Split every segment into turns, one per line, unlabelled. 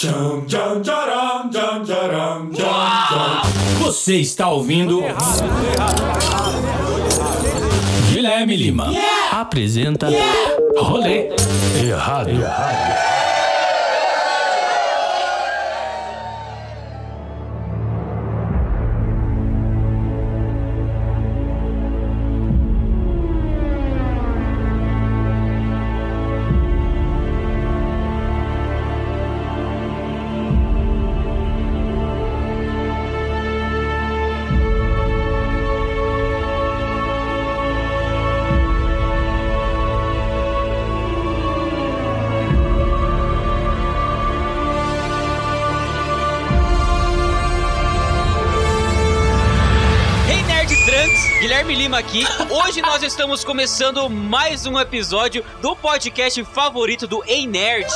Tcham, tcham, tcharam, tcham, tcharam, tcham, tcham.
Você está ouvindo. Guilherme Lima apresenta Rolê Errado.
Hey Nerd Trunks, Guilherme Lima aqui. Hoje nós estamos começando mais um episódio do podcast favorito do Ei Nerd.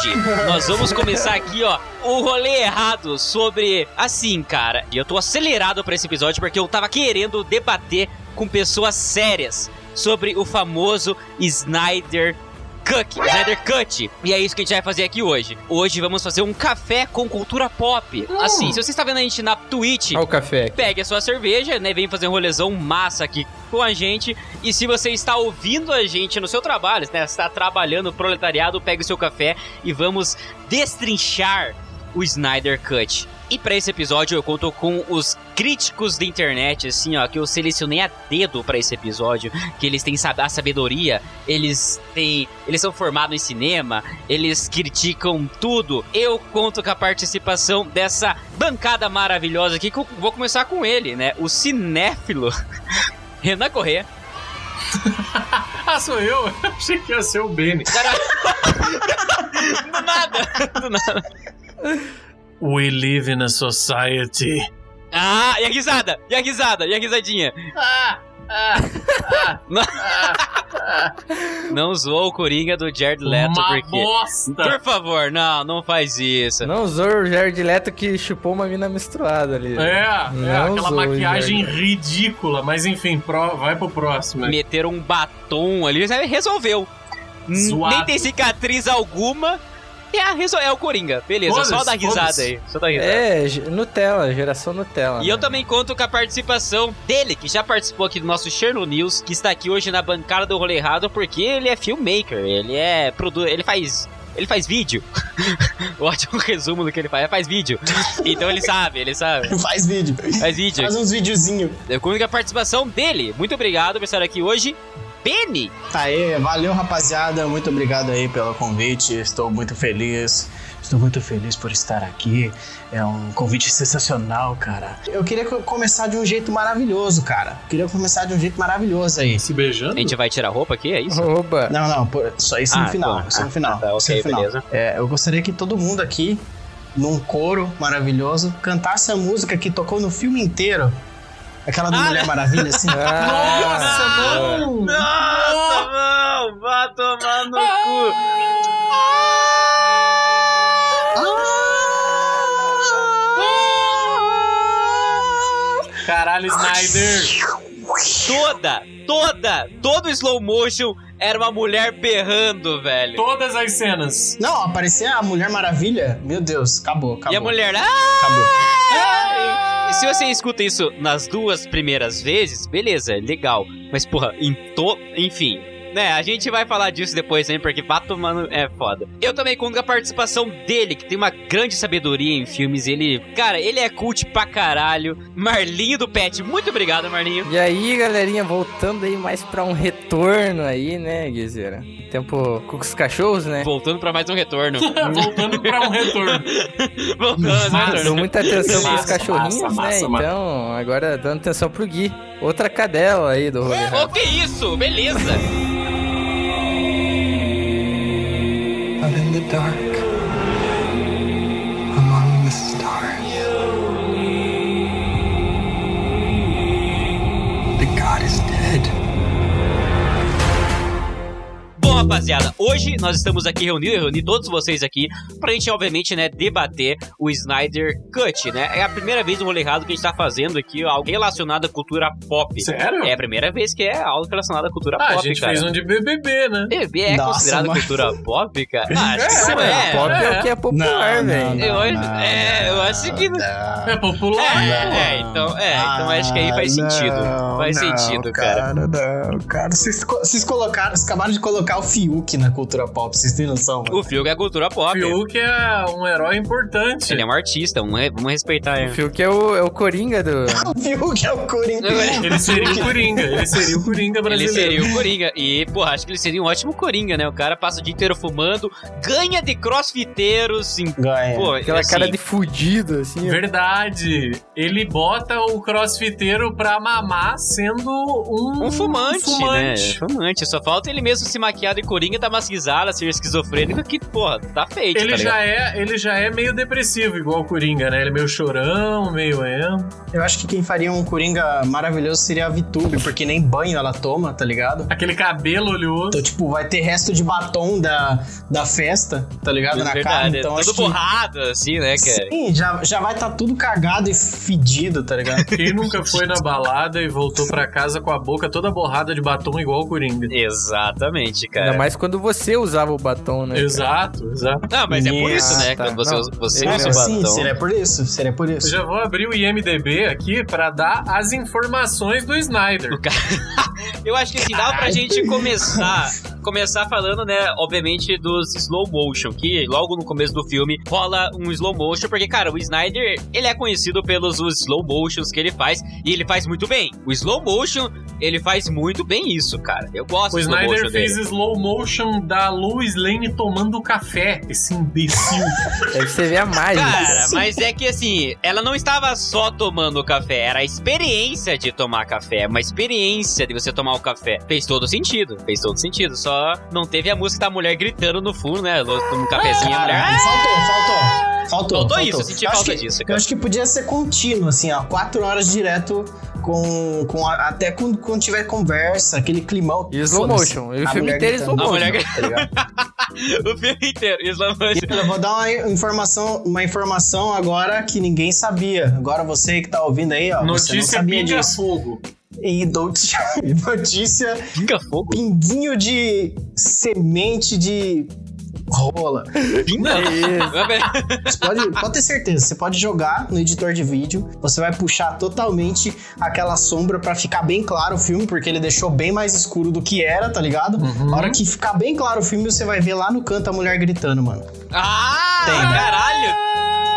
Nós vamos começar aqui, ó, o rolê errado sobre assim, cara. E eu tô acelerado pra esse episódio porque eu tava querendo debater com pessoas sérias sobre o famoso Snyder Cut, Snyder Cut. E é isso que a gente vai fazer aqui hoje. Hoje vamos fazer um café com cultura pop. Assim, se você está vendo a gente na Twitch,
Olha o café aqui.
Então Pegue a sua cerveja, né? Vem fazer um rolezão massa aqui com a gente. E se você está ouvindo a gente no seu trabalho, né? Está trabalhando proletariado, pegue o seu café e vamos destrinchar o Snyder Cut. E para esse episódio eu conto com os críticos da internet, assim, ó, que eu selecionei a dedo para esse episódio, que eles têm sab- a sabedoria, eles têm, eles são formados em cinema, eles criticam tudo. Eu conto com a participação dessa bancada maravilhosa aqui, que eu vou começar com ele, né? O cinéfilo Renan Corrêa.
Ah, sou eu? Achei que ia ser o Benny.
Cara, do nada, do nada.
We live in a society.
Ah, e a risada, e a risada, e a risadinha.
Ah, ah,
Não zoou o Coringa do Jared Leto,
uma
porque...
bosta.
Por favor, não, não faz isso.
Não usou o Jared Leto que chupou uma mina menstruada ali.
É, é
Não
aquela
usou,
maquiagem
Jorge.
ridícula, mas enfim, pro- vai pro próximo. né?
Meteram um batom ali, sabe? resolveu. N-
Suado.
Nem tem cicatriz alguma. É, a resol... é o Coringa. Beleza, só
Foda-se,
dá risada
foda-se.
aí. Só dá risada.
É, ge- Nutella, geração Nutella.
E eu
né?
também conto com a participação dele, que já participou aqui do nosso Cherno News, que está aqui hoje na bancada do Rolê Errado, porque ele é filmmaker, ele é produ... ele faz ele faz vídeo. Ótimo resumo do que ele faz, ele faz vídeo. Então ele sabe, ele sabe.
Faz vídeo.
Faz vídeo.
Faz uns videozinhos.
Eu conto com a participação dele. Muito obrigado por estar aqui hoje. Benny!
Tá aí, valeu rapaziada. Muito obrigado aí pelo convite. Estou muito feliz. Estou muito feliz por estar aqui. É um convite sensacional, cara. Eu queria co- começar de um jeito maravilhoso, cara. Eu queria começar de um jeito maravilhoso aí.
Se beijando?
A gente vai tirar a roupa aqui, é isso?
Oba.
Não, não, pô, só isso
Ah,
no final.
bom.
Isso no final.
Tá,
isso
ok,
no final.
beleza.
É, eu gostaria que todo mundo aqui, num coro maravilhoso, cantasse a música que tocou no filme inteiro. Aquela do
Ah,
Mulher Maravilha, assim.
Nossa,
não!
Nossa, não! Vá tomar no cu!
Caralho, Snyder!
Toda, toda, todo slow motion era uma mulher berrando, velho.
Todas as cenas.
Não, aparecer a Mulher Maravilha, meu Deus, acabou, acabou.
E a mulher. "Ah!"
acabou.
E se você escuta isso nas duas primeiras vezes, beleza, legal. Mas, porra, em to... Enfim. Né, a gente vai falar disso depois também, porque Bato, mano, é foda. Eu também conto com a participação dele, que tem uma grande sabedoria em filmes. Ele, cara, ele é cult pra caralho. Marlinho do Pet, muito obrigado, Marlinho.
E aí, galerinha, voltando aí mais pra um retorno aí, né, Guizeira? Tempo com os cachorros, né?
Voltando pra mais um retorno.
Voltando pra um retorno.
Voltando, mais um retorno.
Dou muita atenção pros
Massa,
cachorrinhos,
massa, massa,
né?
mano.
Então, agora dando atenção pro Gui. Outra cadela aí do rolê.
Ô, que isso? Beleza.
Out in the dark, among the stars. The god is dead.
Bom, rapaziada, hoje nós estamos aqui reunidos, eu reuni todos vocês aqui, pra gente, obviamente, né, debater o Snyder Cut, né? É a primeira vez no rolê errado que a gente tá fazendo aqui algo relacionado à cultura pop.
Sério?
É a primeira vez que é algo relacionado à cultura
Ah, a
pop,
gente
cara.
fez um de BBB, né?
BBB é
Nossa,
considerado
mano.
cultura pop, cara? Ah, acho que
É,
sim,
mano,
é.
Pop é,
é.
o que é popular, velho.
Eu acho- é, eu acho que-
não.
É popular.
É, é, então, é, então acho que aí faz
Ah,
sentido.
não,
Faz
não,
sentido, cara.
Não, cara, vocês, co- vocês colocaram, vocês acabaram de colocar o Fiuk na cultura pop, vocês têm noção? mano?
O Fiuk é cultura
O
pop.
Fiuk é um herói importante.
Ele é um artista, vamos, re- vamos respeitar
O
ele.
Fiuk é o, é o Coringa do.
O Fiuk é o Corinthians.
Ele seria o Coringa. Ele seria o Coringa
um Ele
brasileiro.
seria o Coringa. E, porra, acho que ele seria um ótimo Coringa, né? O cara passa o dia inteiro fumando, ganha de crossfiteiros, sim.
Ganha.
Pô,
É, Aquela
assim,
cara de fudido, assim. ó.
Verdade. Ele bota o crossfiteiro pra mamar sendo um,
Um fumante,
fumante.
né? Fumante. Só falta ele mesmo se maquiar de coringa, dar umas risadas, ser esquizofrênico, que, porra, tá feito,
Ele,
tá ligado?
já é, ele já é meio depressivo, igual o Coringa, né? Ele é meio chorão, meio é, emo.
Eu acho que quem faria um Coringa maravilhoso seria a Vitube, porque nem banho ela toma, tá ligado?
Aquele cabelo oleoso.
Então, tipo, vai ter resto de batom da, da festa, tá ligado? Na cara. Então,
é
acho
tudo
que-
borrado, assim, né, cara?
Sim, já, já vai tá tudo cagado e fedido, tá ligado?
Quem nunca foi na balada e voltou pra casa com a boca toda borrada de batom igual o Coringa?
né, Exatamente, cara.
Ainda mais quando você usava o batom, né? cara?
Exato, exato.
Não, mas é por
Yes.
isso, né?
Ah, tá.
Quando você,
Não.
você
É,
usa o
Cara, sim,
batom.
seria por isso, seria por
Eu
isso.
já vou abrir o IMDB aqui pra dar as informações do Snyder.
Eu acho que assim, dá pra gente começar. Começar falando, né, obviamente, dos slow motion, que logo no começo do filme rola um slow motion, porque, cara, o Snyder, ele é conhecido pelos os slow motions que ele faz, e ele faz muito bem. O slow motion, ele faz muito bem isso, cara. Eu gosto
O
do slow
Snyder
motion dele.
fez slow motion da Lois Lane tomando café. Esse imbecil.
Aí você vê a mágica.
Cara, mas é que assim, ela não estava só tomando café, era a experiência de tomar café, uma experiência de você tomar o café. Fez todo sentido, fez todo sentido. Só não teve a música da mulher gritando no fundo, né? Um cafezinho, a mulher.
Cara, faltou, faltou. Ah, Faltou,
Faltou isso, eu senti
acho
falta
que-
disso,
Eu
cara.
acho que podia ser contínuo, assim, ó. Quatro horas direto com. com a- até quando, quando tiver conversa, aquele climão.
E slow
Foda-se.
motion. E o
A
filme
mulher
inteiro é slow
gritando.
A
motion.
mulher
Tá ligado?
o filme inteiro. Islam
E Eu vou dar uma informação, uma informação agora que ninguém sabia. Agora você que tá ouvindo aí, ó, você não
Notícia
sabia
pinga
disso.
fogo.
E notícia, notícia
Pinga fogo?
pinguinho de semente de rola.
Pinga?
Você pode, pode ter certeza, você pode jogar no editor de vídeo, você vai puxar totalmente aquela sombra pra ficar bem claro o filme, porque ele deixou bem mais escuro do que era, tá ligado?
Uhum.
A hora que ficar bem claro o filme, você vai ver lá no canto a mulher gritando, mano.
ah,
Tem.
caralho!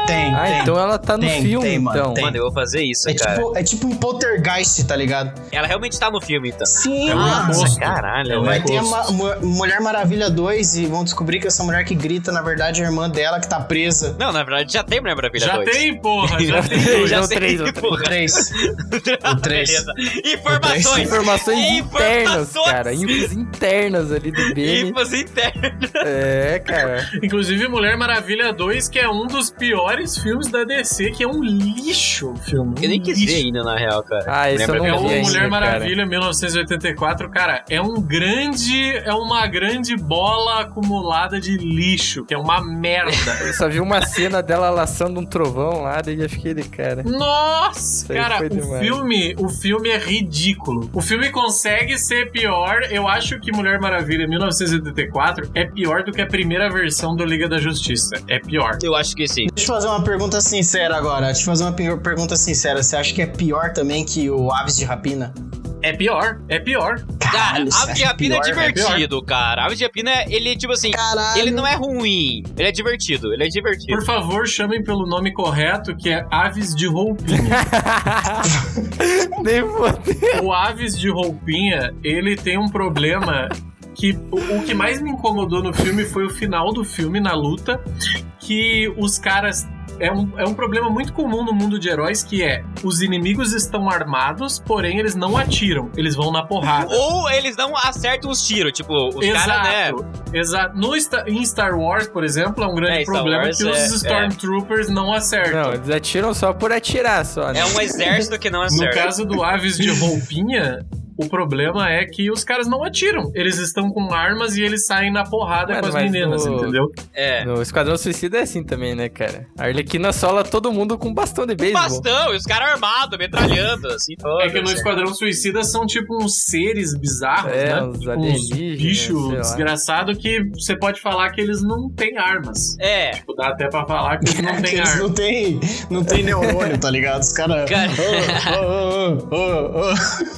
Tem,
Ah,
tem.
então ela tá no
Tem,
filme,
tem, mano,
então.
tem.
Mano, eu vou fazer isso,
É
cara.
tipo, é tipo um poltergeist, tá ligado?
Ela realmente tá no filme, então.
Sim,
É um
mano.
encosto.
Caralho, né?
um
Vai
velho.
ter a
encosto.
Ma- Mu- Mulher Maravilha 2 e vão descobrir que essa mulher que grita, na verdade, é a irmã dela que tá presa.
Não, na verdade, já tem Mulher Maravilha
Já
2.
tem, porra. Já tem.
já
Não,
sei,
três, não,
O
porra.
3.
Um
O 3.
Beleza. Informações.
Informações internas,
Informações.
cara. Infos internas ali do Bene.
Infos internas.
É, cara.
Inclusive Mulher Maravilha 2, que é um dos piores filmes da DC, que é um lixo o filme. Um
Eu nem quis
Lixo.
ver ainda, na real, cara.
Ah, esse
Lembra
eu
É
não
o
vi ainda,
Mulher
cara.
Maravilha 1984, cara, é um grande, é uma grande bola acumulada de lixo, que é uma merda.
Eu só vi uma cena dela laçando um trovão lá, daí já fiquei de cara.
Nossa,
Isso aí
cara,
foi
o
demais.
filme, o filme é ridículo. O filme consegue ser pior. Eu acho que Mulher Maravilha 1984 é pior do que a primeira versão do Liga da Justiça. É pior.
Eu acho que assim, sim.
Deixa eu fazer uma pergunta sincera agora. Deixa eu fazer uma pe- pergunta sincera. Você acha que é pior também que o Aves de Rapina?
É pior, é pior.
Cara,
Caralho, você
Ave de
acha
Rapina é
pior, velho?
divertido, cara. Ave de Rapina, ele, tipo assim,
Caralho.
ele não é ruim. Ele é divertido, ele é divertido.
Por favor, chamem pelo nome correto, que é Aves de Roupinha.
Nem fodeu.
o Aves de Roupinha, ele tem um problema que o, o que mais me incomodou no filme foi o final do filme, na luta, que os caras. É um, é um problema muito comum no mundo de heróis que é os inimigos estão armados, porém eles não atiram, eles vão na porrada.
Ou eles não acertam os tiros, tipo, os
exato,
caras, né?
exato. No Sta- em Star Wars, por exemplo, é um grande
É, Star
problema
Wars
que os
é- é.
Stormtroopers não acertam.
Não, eles atiram só por atirar, só, né?
É um é exército que não
No
acerta.
caso do Aves de Roupinha, O problema é que os caras não atiram. Eles estão com armas e eles saem na porrada
Mano,
com as
mas
meninas,
no-
entendeu?
É.
No Esquadrão Suicida é assim também, né, cara? A Arlequina assola todo mundo com bastão de beisebol.
Bastão, e os caras armados, metralhando, assim.
É que no Esquadrão Suicida são tipo uns seres bizarros,
É,
né?
uns
Tipo,
alienígenas,
bichos
sei lá.
desgraçados que você pode falar que eles não têm armas.
É,
Tipo, dá até pra falar que eles não
Porque
têm
eles
armas.
não tem, não tem neurônio, tá ligado? Os caras.
Cara-
tá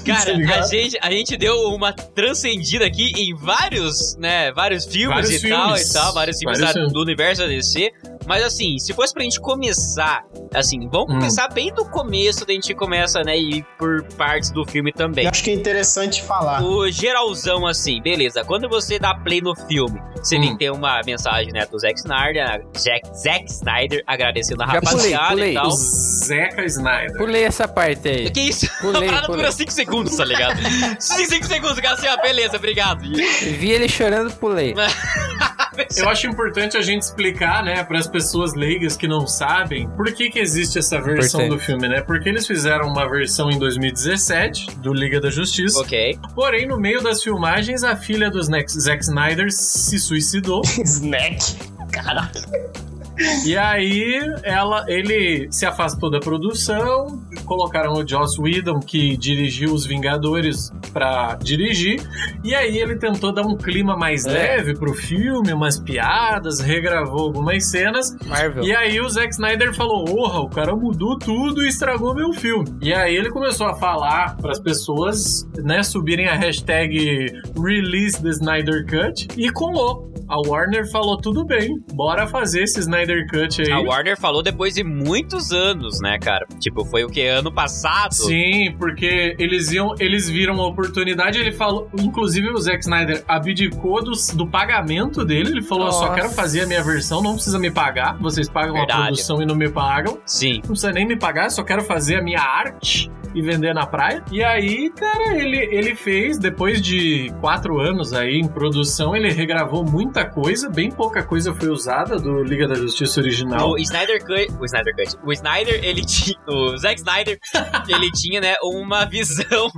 Tá
Cara, a
ligado?
gente, a gente deu uma transcendida aqui em vários, né, vários filmes
Vários
e
filmes.
tal e tal, vários filmes da-
Vários filmes.
do universo da DC. Mas assim, se fosse pra gente começar, assim, vamos
Hum.
começar bem do começo, daí a gente começa, né, e por partes do filme também.
Eu acho que é interessante
Ah.
falar.
O geralzão, assim, beleza. Quando você dá play no filme, você vê
Hum.
que tem uma mensagem, né, do Zack Snyder, né, Jack, Zack Snyder agradecendo a
Já pulei,
rapaziada
pulei.
e tal.
Zeca Snyder.
Pulei essa parte aí.
É Que isso?
Pulei,
a parada
pulei.
dura 5 segundos, tá ligado? 5 segundos, o cara assim, ah, beleza, obrigado.
Vi ele chorando, pulei.
Eu acho importante a gente explicar, né, para as pessoas leigas que não sabem, por que que existe essa versão
Importante.
do filme, né? Porque eles fizeram uma versão em 2017 do Liga da Justiça.
ok.
Porém, no meio das filmagens, a filha do Snack- Zack Snyder se suicidou.
Snack.
e aí ela, ele se afastou da produção, colocaram o Joss Whedon, que dirigiu Os Vingadores, pra dirigir. E aí ele tentou dar um clima mais
É.
leve pro filme, umas piadas, regravou algumas cenas.
Então.
Marvel.
E aí o Zack Snyder falou: "Porra, o cara mudou tudo e estragou meu filme". E aí ele começou a falar pras pessoas, né, subirem a hashtag Release the Snyder Cut e colou. A Warner falou: "Tudo bem, bora fazer esse Snyder Cut aí".
A Warner falou depois de muitos anos, né, cara? Tipo, foi o que? Ano passado?
Sim, porque eles iam, eles viram a oportunidade, ele falou, inclusive o Zack Snyder abdicou do, do pagamento dele, ele falou, só
Nossa.
quero fazer a minha versão, não precisa me pagar, vocês pagam
Verdade.
a produção e não me pagam.
Sim.
não precisa nem me pagar, só quero fazer a minha arte e vender na praia. E aí, cara, ele, ele fez, depois de quatro anos aí em produção, ele regravou muita coisa, bem pouca coisa foi usada do Liga da Justiça original.
O Snyder Cut. O Snyder Cut. O Snyder, ele tinha. O Zack Snyder, ele tinha, né, uma visão.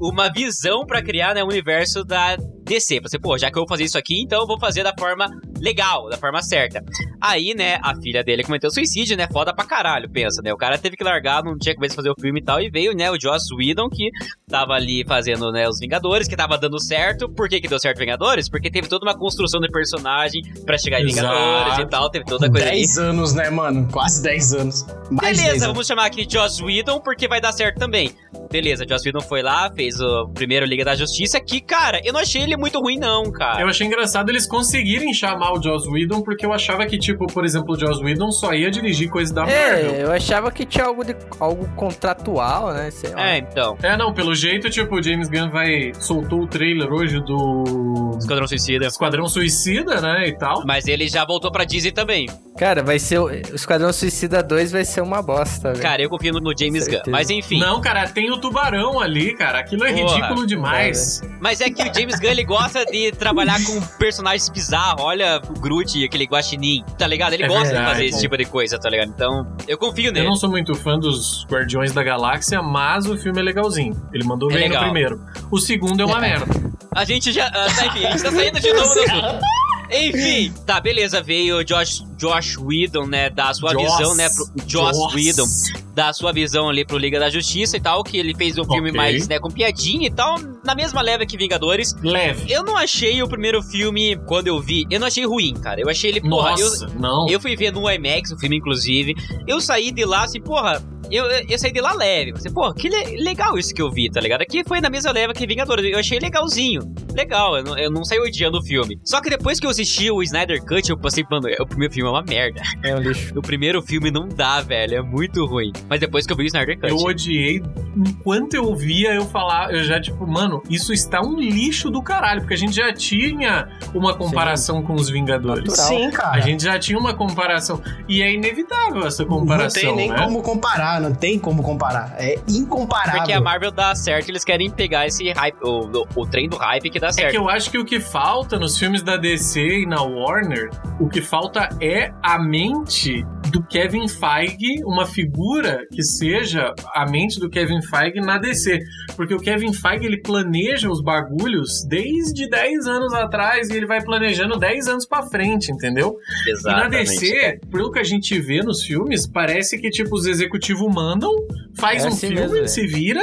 Uma visão pra criar, né, o universo da DC. Você, assim, pô, já que eu vou fazer isso aqui, então eu vou fazer da forma legal, da forma certa. Aí, né, a filha dele cometeu suicídio, né? Foda pra caralho, pensa, né? O cara teve que largar, não tinha começo a fazer o filme e tal. E veio, né, o Joss Whedon, que tava ali fazendo, né, os Vingadores, que tava dando certo. Por que, que deu certo Vingadores? Porque teve toda uma construção de personagem pra chegar em
Exato.
Vingadores e tal. Teve toda coisa ali.
10 anos, né, mano? Quase 10 anos. Mais de 10
Beleza,
anos.
vamos chamar aqui Joss Whedon, porque vai dar certo também. Beleza, Joss Whedon foi lá, fez o primeiro Liga da Justiça, que, cara, eu não achei ele muito ruim, não, cara.
Eu achei engraçado eles conseguirem chamar o Joss Whedon, porque eu achava que, tipo, por exemplo, o Joss Whedon só ia dirigir coisa da Marvel.
É, eu achava que tinha algo, de, algo contratual, né? Sei lá.
É, então.
É, não, pelo jeito, tipo, o James Gunn vai... Soltou o trailer hoje do...
Esquadrão Suicida.
Esquadrão Suicida, né, e tal.
Mas ele já voltou pra Disney também.
Cara, vai ser. O o Esquadrão Suicida 2 vai ser uma bosta, velho.
Cara, eu confio no- no James
Certeza.
Gunn. Mas enfim.
Não, cara, tem o tubarão ali, cara. Aquilo é
Porra,
ridículo demais.
Mas é que o James Gunn, ele gosta de trabalhar com personagens bizarros. Olha o Groot, aquele guaxinim, tá ligado? Ele
É
gosta de
verdade.
fazer esse tipo de coisa, tá ligado? Então, eu confio
Eu
nele.
não sou muito fã dos Guardiões da Galáxia, mas o filme é legalzinho. Ele mandou
É
bem
legal.
no primeiro. O segundo é uma merda.
A gente já. ah, tá, enfim, a gente tá saindo de novo do assunto. Enfim, tá, beleza, veio o Josh, Josh Whedon, né, da sua
Joss.
visão, né, pro, Joss,
Nossa.
Whedon, da sua visão ali pro Liga da Justiça e tal, que ele fez um filme
Ok.
mais, né, com piadinha e tal, na mesma leva que Vingadores.
Leve.
Eu não achei o primeiro filme, quando eu vi, eu não achei ruim, cara, eu achei ele, porra, eu,
Nossa, não.
eu fui ver no IMAX o filme, inclusive. Eu saí de lá assim, porra. Eu, eu eu saí de lá leve. Falei, porra, que le- legal isso que eu vi, tá ligado? Aqui foi na mesma leva que Vingadores. Eu achei legalzinho. Legal, eu não, eu não saí odiando o filme. Só que depois que eu assisti o Snyder Cut, eu passei, mano, o primeiro filme é uma merda.
É um lixo.
O primeiro filme não dá, velho. É muito ruim. Mas depois que eu vi o Snyder Cut.
Eu odiei. Enquanto eu via, eu falar, eu já, tipo, mano, isso está um lixo do caralho. Porque a gente já tinha uma comparação com os Vingadores.
Natural.
Sim,
A
É.
cara.
gente já tinha uma comparação. E é inevitável essa
Não
comparação.
tem nem
né?
como comparar, não tem como comparar. É incomparável.
porque a Marvel dá certo, eles querem pegar esse hype, o, o, o trem do hype que dá
É
certo.
que eu acho que o que falta nos filmes da DC e na Warner, o que falta é a mente do Kevin Feige, uma figura que seja a mente do Kevin Feige na DC. Porque o Kevin Feige ele planeja os bagulhos desde 10 anos atrás e ele vai planejando 10 anos pra frente, entendeu? E na DC, pelo que a gente vê nos filmes, parece que, tipo, os executivos mandam, faz
É
um
assim
filme,
mesmo, é.
se vira,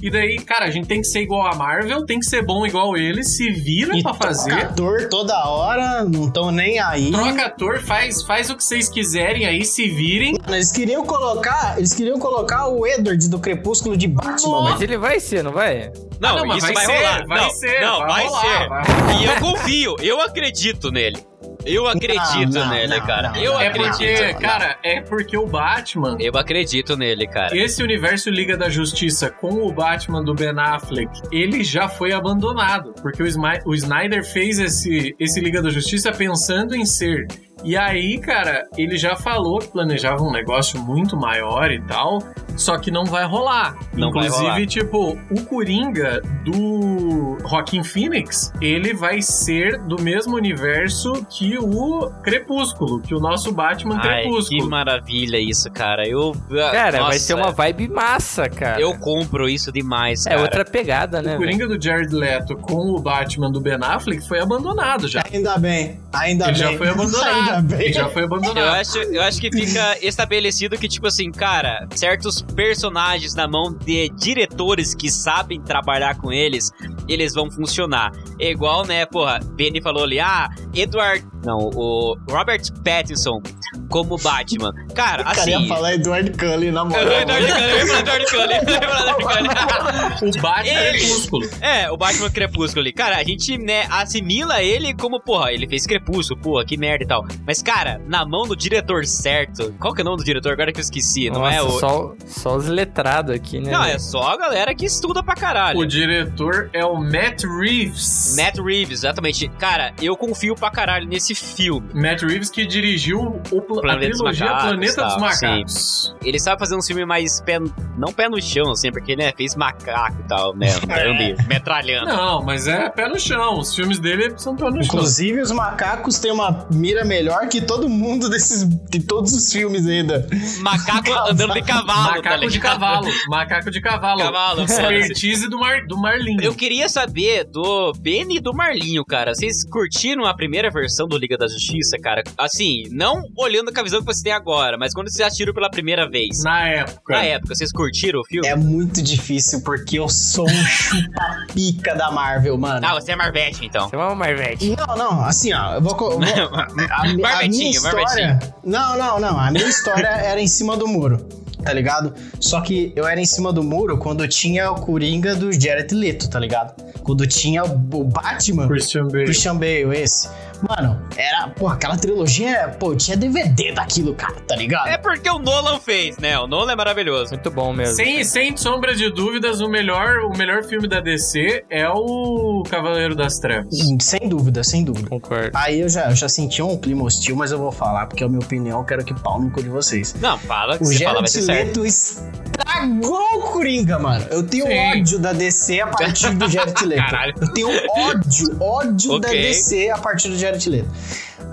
e daí, cara, a gente tem que ser igual a Marvel, tem que ser bom igual eles, se vira
E
pra
Troca
fazer.
ator toda hora, não estão nem aí.
Troca ator, faz, faz o que vocês quiserem aí, se virem.
Eles queriam colocar, eles queriam colocar o Edward do Crepúsculo de Batman,
Mas ele vai ser, não vai?
Ah,
Não,
não, mas
isso vai,
vai ser,
rolar.
vai
não,
ser,
não,
vai
vai,
rolar,
ser.
vai
E eu confio, eu acredito nele. Eu acredito
não,
nele,
não,
cara.
não,
eu
não,
É
acredito. né?
porque, cara, é porque o Batman.
Eu acredito nele, cara.
Esse universo Liga da Justiça com o Batman do Ben Affleck, ele já foi abandonado, porque o, Smi- o Snyder fez esse, esse Liga da Justiça pensando em ser. E aí, cara, ele já falou que planejava um negócio muito maior e tal, só que não vai rolar.
Não vai
Inclusive,
rolar.
tipo, o Coringa do Rockin' Phoenix, ele vai ser do mesmo universo que o Crepúsculo, que o nosso Batman
Ai, que
um Crepúsculo.
maravilha isso, cara. Eu ah,
Cara, vai
nossa, é.
ser uma vibe massa, cara.
Eu compro isso demais,
É
cara.
outra pegada, né?
O Coringa do Jared Leto com o Batman do Ben Affleck foi abandonado já.
Ainda bem, ainda
Ele
bem.
já foi abandonado.
Ainda bem.
Ele já foi
Eu
abandonado.
acho, eu acho que fica estabelecido que, tipo assim, cara, certos personagens na mão de diretores que sabem trabalhar com eles, eles vão funcionar. É igual, né, porra, Benny falou ali, ah, Edward. Não, o Robert Pattinson como Batman. Cara,
O cara ia
assim.
falar Edward Cullen, na moral.
Edward Cullen, eu ia falar Edward Cullen, eu ia falar Edward Cullen.
O Batman
Ele-
Crepúsculo.
É, o Batman Crepúsculo ali. Cara, a gente, né, assimila ele como, porra, ele fez Crepúsculo, porra, que merda e tal. Mas, cara, na mão do diretor certo. Qual que é o nome do diretor? Agora que eu esqueci, não é
Nossa,
o.
só, só os letrados aqui, né?
Não, é só a galera que estuda pra caralho.
O diretor é o Matt Reeves.
Matt Reeves, exatamente. Cara, eu confio pra caralho nesse filme.
Matt Reeves que dirigiu o pla- a
Planeta dos
trilogia
Macacos,
Planeta dos
tal,
Macacos.
Ele sabe fazer um filme mais pé. Não pé no chão, assim, porque, né, fez macaco e tal, né? Bambi, metralhando.
É. Não, mas é pé no chão. Os filmes dele são pé no chão.
Inclusive, os macacos têm uma mira melhor que todo mundo desses. de todos os filmes ainda.
Macaco andando de cavalo, tá
Macaco de
ligado?
cavalo. Macaco de cavalo.
Cavalo, foda-se.
Expertise do, Mar, do Marlin.
Eu queria saber do Benny e do Marlinho, cara. Vocês curtiram a primeira versão do Liga da Justiça, cara? Assim, não olhando com a visão que você tem agora, mas quando vocês assistiram pela primeira vez.
Na época.
Na época, vocês curtiram o filme?
É muito difícil, porque eu sou um chupa-pica da Marvel, mano.
Ah, você é Marvete, então.
Você é uma Marvete.
Não, não, assim, ó, eu vou. co- eu vou- a, mi- a minha
Marvetinho,
história. Não, não, não. A minha história era em cima do muro, tá ligado? Só que eu era em cima do muro quando tinha o Coringa do Jared Leto, tá ligado? Quando tinha o o Batman.
Christian Bale.
Christian Bale, esse. Mano, era, pô, aquela trilogia, pô, tinha DVD daquilo, cara, tá ligado?
É porque o Nolan fez, né? O Nolan é maravilhoso.
Muito bom mesmo.
Sem, sem sombra de dúvidas, o melhor, o melhor filme da DC é o Cavaleiro das Trevas.
Hum, Sem dúvida, sem dúvida.
Concordo.
Aí eu já, eu já senti um clima hostil, mas eu vou falar, porque é a minha opinião, eu quero que pau no cu de vocês.
Não, fala que
O
você fala, vai
Jared
ser certo.
Leto estragou o Coringa, mano. Eu tenho
Sim.
ódio da DC a partir do Jared Leto.
Caralho.
Eu tenho ódio, ódio da
Ok.
DC a partir do Jared Leto.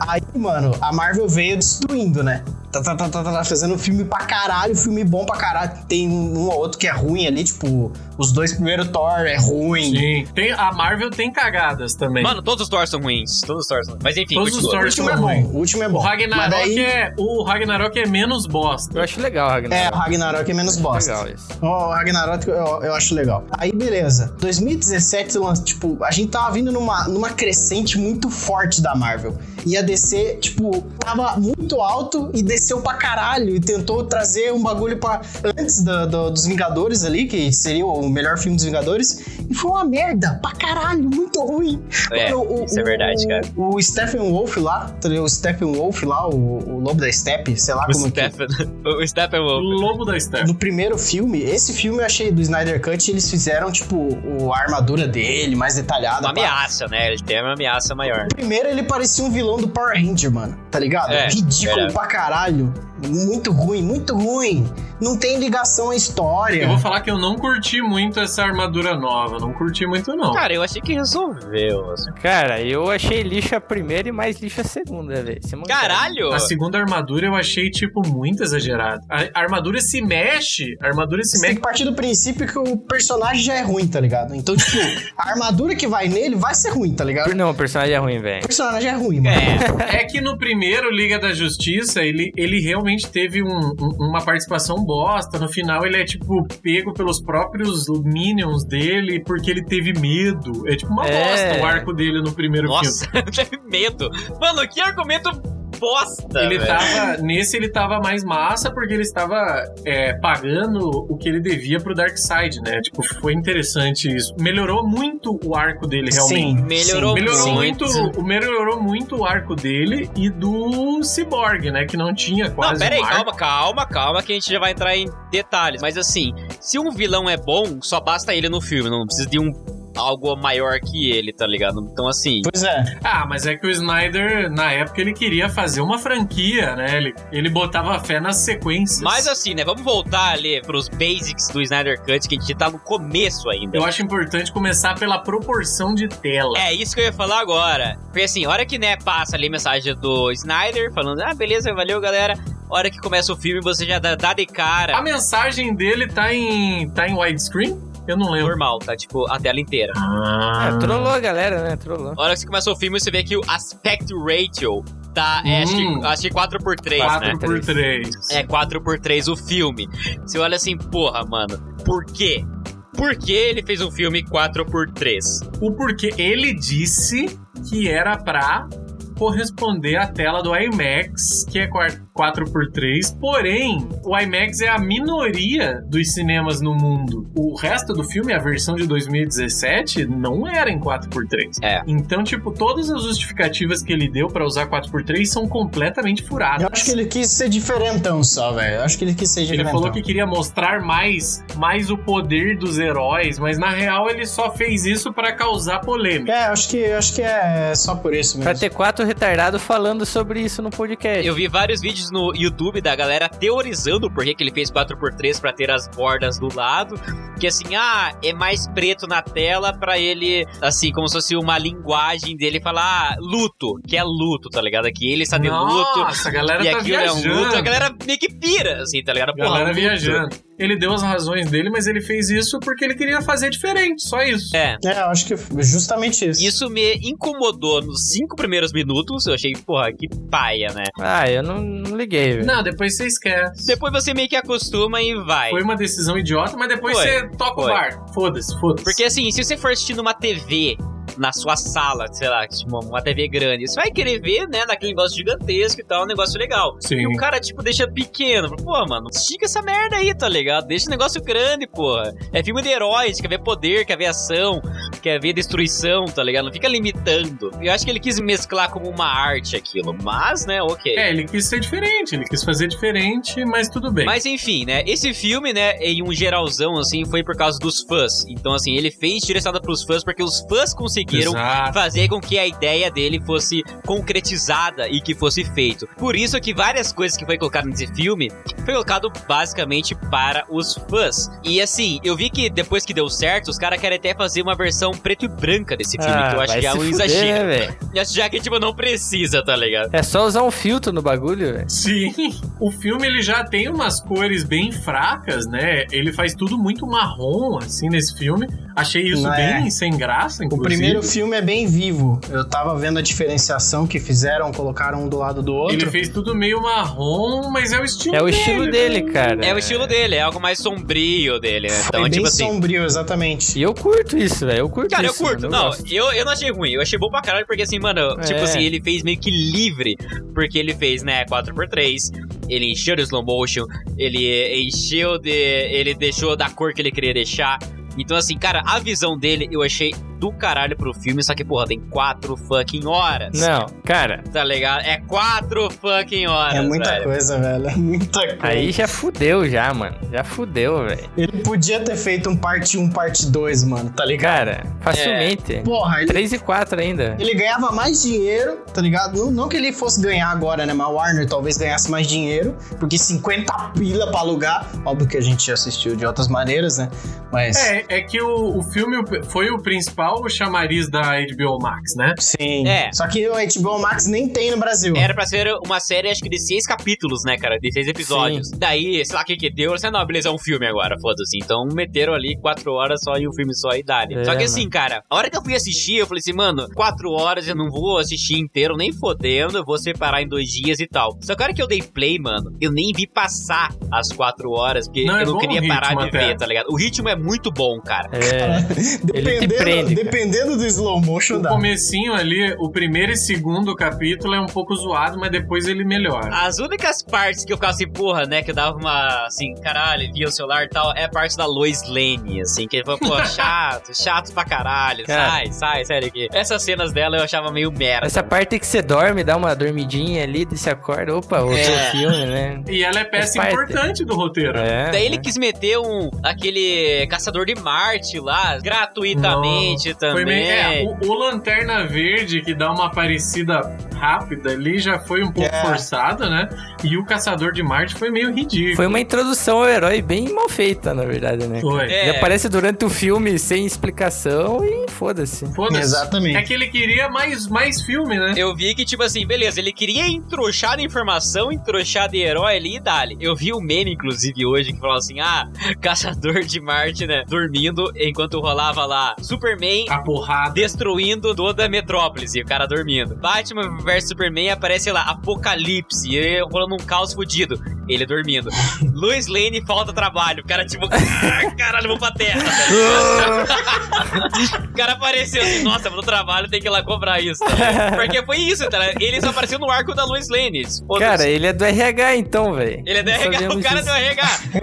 Aí, mano, a Marvel veio destruindo, né? Tá, tá, tá, tá, tá, tá, fazendo filme pra caralho, filme bom pra caralho. Tem um ou outro que é ruim ali, tipo, os dois primeiros Thor é ruim.
Sim. Tem, a Marvel tem cagadas também.
Mano, todos os Thor são ruins. Todos os Thor são Mas enfim,
Todos os
continua.
O
Thor
último é
são
bom,
ruim.
o último é bom.
o
Mas
Ragnarok
daí-
é o Ragnarok é menos bosta.
Eu acho legal,
É, o
Ragnarok.
Ragnarok é menos bosta.
Legal isso.
Ó, O Ragnarok eu, eu acho legal. Aí, beleza. 2017, lan- tipo, a gente tava vindo numa, numa crescente muito forte da Marvel. E a DC, tipo, tava muito alto e desceu pra caralho. E tentou trazer um bagulho pra. Antes da- do- dos Vingadores ali, que seria o melhor filme dos Vingadores. E foi uma merda pra caralho, muito ruim.
É,
Mano, o-
isso é verdade,
o-
cara.
O Stephen Wolf lá, tá ligado? o Stephen Wolf lá, o, o Lobo da Steppe, sei lá
O
como que é?
Stephen, o
É O
Steppenwolf.
Lobo da Steppe.
no primeiro filme, esse filme eu achei do Snyder Cut, eles fizeram, tipo, o, a armadura dele mais detalhada.
Uma
pá.
ameaça, né? Ele tem uma ameaça maior.
Primeiro ele parecia um vilão do Power Ranger, mano, tá ligado?
É,
Ridículo
verdade.
pra caralho. Muito ruim, muito ruim. Não tem ligação à história.
Eu vou falar assim que eu não curti muito essa armadura nova. Não curti muito, não.
Cara, eu achei que resolveu. assim.
Cara, eu achei lixo a primeira e mais lixo a segunda, velho. é Se mandaram.
Caralho!
A segunda armadura eu achei, tipo, muito exagerada. A a armadura se mexe. A armadura se
Você tem
mexe.
que partir do princípio que o personagem já é ruim, tá ligado? Então, tipo, a armadura que vai nele vai ser ruim, tá ligado?
Não, o personagem é ruim,
O
velho.
personagem é ruim, mano.
É que no primeiro Liga da Justiça, ele, ele realmente teve um- um- uma participação bosta. No final, ele é, tipo, pego pelos próprios minions dele porque ele teve medo. É, tipo, uma
É.
bosta o arco dele no primeiro filme.
Nossa, eu teve medo. Mano, que argumento bosta!
Ele tá
velho.
tava. Nesse ele tava mais massa porque ele estava é, pagando o que ele devia pro Darkseid, né? Tipo, foi interessante isso. Melhorou muito o arco dele, realmente.
Melhorou
Melhorou
sim.
muito, o- melhorou muito o arco dele e do Cyborg, né? Que não tinha quase
Não, pera aí,
um arco.
calma, calma, calma, que a gente já vai entrar em detalhes. Mas assim, se um vilão é bom, só basta ele no filme, não precisa de um algo maior que ele, tá ligado? Então assim,
Pois é.
Ah, mas é que o Snyder, na época, ele queria fazer uma franquia, né? Ele, ele botava fé nas sequências.
mas assim, né, vamos voltar ali pros basics do Snyder Cut, que a gente tá no começo ainda.
Eu acho importante começar pela proporção de tela.
É isso que eu ia falar agora. Porque assim, a hora que né, passa ali a mensagem do Snyder falando, ah, beleza, valeu, galera. A hora que começa o filme, você já dá, dá de cara.
A mensagem dele tá em. tá em widescreen? Eu não lembro.
Normal, tá? Tipo, a tela inteira.
É, trollou a galera, né? Trollou.
A hora que você começa o filme, você vê que o aspect ratio tá, é, acho,
Hum.
que, acho que 4x3, né?
4x3.
É 4x3 o filme. Você olha assim, porra, mano, por quê? Por que ele fez um filme 4x3?
O porquê ele disse que era pra corresponder à tela do IMAX, que é 4x3, porém, o IMAX é a minoria dos cinemas no mundo. O resto do filme, a versão de 2017, não era em 4x3.
É.
Então, tipo, todas as justificativas que ele deu pra usar 4x3 são completamente furadas.
Eu acho que ele quis ser diferentão só, velho. Eu acho que ele quis ser
Ele
diferentão.
falou que queria mostrar mais, mais o poder dos heróis, mas na real ele só fez isso pra causar polêmica.
É, eu acho que, eu acho que é só por isso mesmo.
Pra ter quatro retardados falando sobre isso no podcast.
Eu vi vários vídeos no YouTube da galera teorizando por que que ele fez 4x3 pra ter as bordas do lado. Que assim, ah, é mais preto na tela pra ele, assim, como se fosse uma linguagem dele falar ah, luto, que é luto, tá ligado? Que ele está de luto.
Nossa, a galera
e
tá
aquilo é um
viajando.
luto, a
a galera,
galera meio que pira, assim, tá ligado? Porra, luto.
viajando. Ele deu as razões dele, mas ele fez isso porque ele queria fazer diferente, só isso.
É,
É, eu acho que justamente isso.
isso me incomodou nos cinco primeiros minutos, eu achei, porra, que paia, né?
Ah, eu não, não liguei,
É.
velho.
Não, depois você esquece.
Depois você meio que acostuma e vai.
Foi uma decisão idiota, mas depois
É. Foi,
você toca o
foi.
barco. Foda-se, foda-se.
Porque assim, se você for assistir numa TV na sua sala, sei lá, tipo, uma TV grande, você vai querer ver, né, naquele negócio gigantesco e tal, um negócio legal.
Sim.
E o cara, tipo, deixa pequeno. Pô, mano, estica essa merda aí, tá ligado? Deixa o negócio grande, porra. É filme de heróis, quer ver poder, quer ver ação, quer ver destruição, tá ligado? Não fica limitando. Eu acho que ele quis mesclar como uma arte aquilo, mas, né, ok.
É, ele quis ser diferente, ele quis fazer diferente, mas tudo bem.
Mas enfim, né? Esse filme, né, em um geralzão, assim, foi por causa dos fãs. Então, assim, ele fez direcionada pros fãs porque os fãs conseguiram
Exato.
fazer com que a ideia dele fosse concretizada e que fosse feito. Por isso que várias coisas que foi colocado nesse filme foi colocado basicamente para os fãs. E assim, eu vi que depois que deu certo, os caras querem até fazer uma versão preto e branca desse filme,
Ah,
que eu acho
vai
que é
se
um
fuder,
exagero.
né, velho?
Eu acho já que, tipo, não precisa, tá ligado?
É só usar um filtro no bagulho, velho.
Sim, o filme ele já tem umas cores bem fracas, né? Ele faz tudo muito marrom, assim, nesse filme. Achei isso
Não é?
bem sem graça,
O
inclusive.
primeiro filme é bem vivo. Eu tava vendo a diferenciação que fizeram, colocaram um do lado do
Ele
outro.
fez tudo meio marrom, mas é o estilo
É o
dele.
estilo dele, cara.
É, o estilo dele, é algo mais sombrio dele, né?
É, Foi
Então,
bem
tipo assim.
sombrio, exatamente.
E eu curto isso, velho. Eu curto
Cara, eu
isso.
curto.
mano, eu
Não,
gosto.
eu, eu não achei ruim. Eu achei bom pra caralho, porque assim, mano, tipo
É.
assim, ele fez meio que livre. Porque ele fez, né, 4x3. Ele encheu de slow motion. Ele encheu de. Ele deixou da cor que ele queria deixar. Então, assim, cara, a visão dele eu achei do caralho pro filme, só que, porra, tem quatro fucking horas.
Não, cara,
Tá ligado? É quatro fucking horas.
É muita
velho.
coisa, velho. É muita coisa.
aí já fudeu já, mano. Já fudeu, velho.
Ele podia ter feito um parte 1, parte 2, mano, tá ligado?
Cara,
É.
facilmente.
Porra, ele,
3 e 4 ainda.
ele ganhava mais dinheiro, tá ligado? Não, não que ele fosse ganhar agora, né? Mas o Warner talvez ganhasse mais dinheiro, porque 50 pila pra alugar. Óbvio que a gente assistiu de outras maneiras, né? Mas.
É, é que o, o filme foi o principal chamariz da HBO Max, né?
Sim.
É.
Só que o HBO Max nem tem no Brasil.
Era pra ser uma série, acho que de seis capítulos, né, cara? De seis episódios. Daí, sei lá o que que deu, você não, beleza, é um filme agora, foda-se. Então meteram ali quatro horas só e um filme só e dali.
É,
só que assim, cara, a hora que eu fui assistir, eu falei assim, mano, quatro horas eu não vou assistir inteiro, nem fodendo, eu vou separar em dois dias e tal. Só que a hora que eu dei play, mano, eu nem vi passar as quatro horas, porque
Não, é
eu não
bom
queria
o ritmo
parar de
até.
ver, tá ligado? O ritmo é muito bom, cara. né?
É, Ele te
Dependendo,
prende, cara.
dependendo do slow motion
O
da.
comecinho ali, o primeiro e segundo capítulo é um pouco zoado, mas depois ele melhora.
As únicas partes que eu ficava assim, porra, né? Que eu dava uma, assim, caralho, via o celular e tal, é a parte da Lois Lane, assim, que ele falou, pô, chato, chato pra caralho,
Cara.
sai, sai, sai daqui. Essas cenas dela eu achava meio merda.
essa parte que você dorme, dá uma dormidinha ali, daí você acorda, opa, outro
É.
filme, né?
E ela é peça
Faz parte.
importante do roteiro.
É,
Daí ele
né?
quis meter um, aquele caçador de Marte lá, gratuitamente também.
Foi meio, é, o, o Lanterna Verde, que dá uma aparecida rápida ali, já foi um pouco forçado, né? E o Caçador de Marte foi meio ridículo.
Foi uma introdução ao herói bem mal feita, na verdade, né?
Foi.
É.
Ele aparece durante o filme sem explicação e foda-se.
Foda-se.
Exatamente.
É que ele queria mais, mais filme, né?
Eu vi que, tipo assim, beleza, ele queria entrouxar de informação, entrouxar de herói ali e dali. Eu vi o meme, inclusive, hoje, que falava assim: ah, caçador de Marte, né? Dormindo enquanto rolava lá Superman.
A porrada.
Destruindo toda a metrópole, e o cara dormindo. Batman vs Superman aparece lá, Apocalipse, e rolando um caos fudido, ele dormindo. Lois Lane falta trabalho, o cara tipo, "Ah, caralho, vou pra terra. O cara apareceu assim, nossa, no trabalho tem que ir lá cobrar isso. também. Porque foi isso, tá? Ele só apareceu no arco da Lois Lane. Foda-se.
Cara, ele é do RH então, velho.
ele é do
Não
RH, o
sabíamos
cara é do
disso.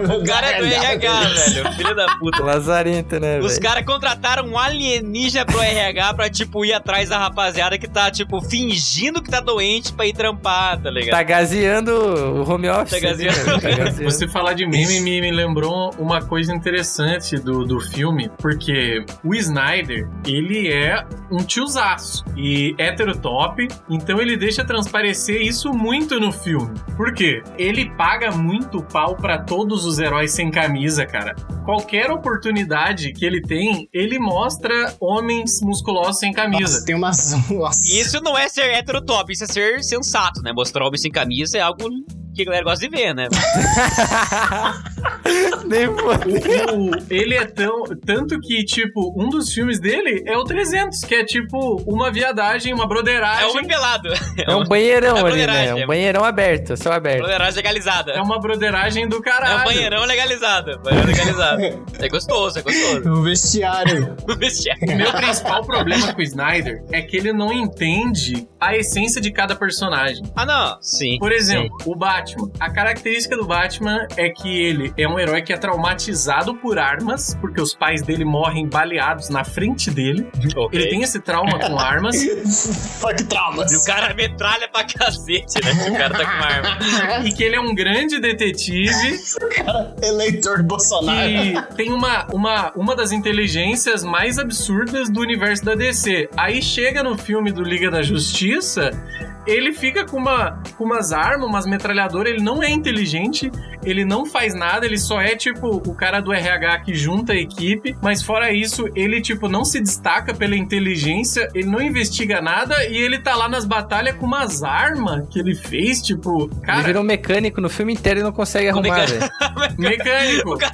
RH. O cara é do RH, velho. Filho da puta.
Lazarento, né,
Os
velho?
caras contrataram um alienígena pro RH pra, tipo, ir atrás da rapaziada que tá, tipo, fingindo que tá doente pra ir trampar, tá ligado?
Tá gaseando o home office.
Tá
né,
gaseando.
velho? Tá gaseando.
Você falar de meme me, me lembrou uma coisa interessante do, do filme, porque o Snyder, ele é um tiozaço e hétero top, então ele deixa transparecer isso muito no filme. Por quê? Ele paga muito pau pra todos os heróis sem camisa, cara. Qualquer oportunidade que ele tem, ele mostra homens musculosos sem camisa.
Nossa, tem umas. Nossa.
E isso não é ser hétero top, isso é ser sensato, né? Mostrar homem sem camisa é algo que a galera gosta de ver, né?
Nem fo-
O- o- ele é tão. Tanto que, tipo, um dos filmes dele é o 300, que é tipo uma viadagem, uma
É
broderagem.
homem pelado.
É um banheirão
É
ali, né?
banheiragem,
É
é.
um banheirão aberto, céu aberto.
Banheiragem legalizada.
É uma broderagem do
É um
caralho.
banheirão legalizado. Banheirão legalizado. É gostoso, é gostoso.
O vestiário.
O vestiário.
O meu principal problema com o Snyder é que ele não entende a essência de cada personagem.
Ah, não. Sim.
Por exemplo, o Batman. A característica do Batman é que ele é um herói que é traumatizado por armas, porque os pais dele morrem baleados na frente dele.
Ok.
Ele tem esse trauma com armas.
Fuck traumas.
E o cara metralha pra cacete, né? O cara tá com uma arma.
E que ele é um grande detetive
Eleitor Bolsonaro.
que tem uma, uma, uma das inteligências mais absurdas do universo da DC. Aí chega no filme do Liga da Justiça, ele fica com, uma, com umas armas, umas metralhadoras, ele não é inteligente, ele não faz nada, ele só é tipo o cara do RH que junta a equipe, mas fora isso, ele tipo não se destaca pela inteligência, ele não investiga nada e ele tá lá nas batalhas com umas armas que ele fez, tipo,
Ele
cara,
virou mecânico no filme inteiro e não consegue
O
arrumar,
mecânico-
velho.
mecânico.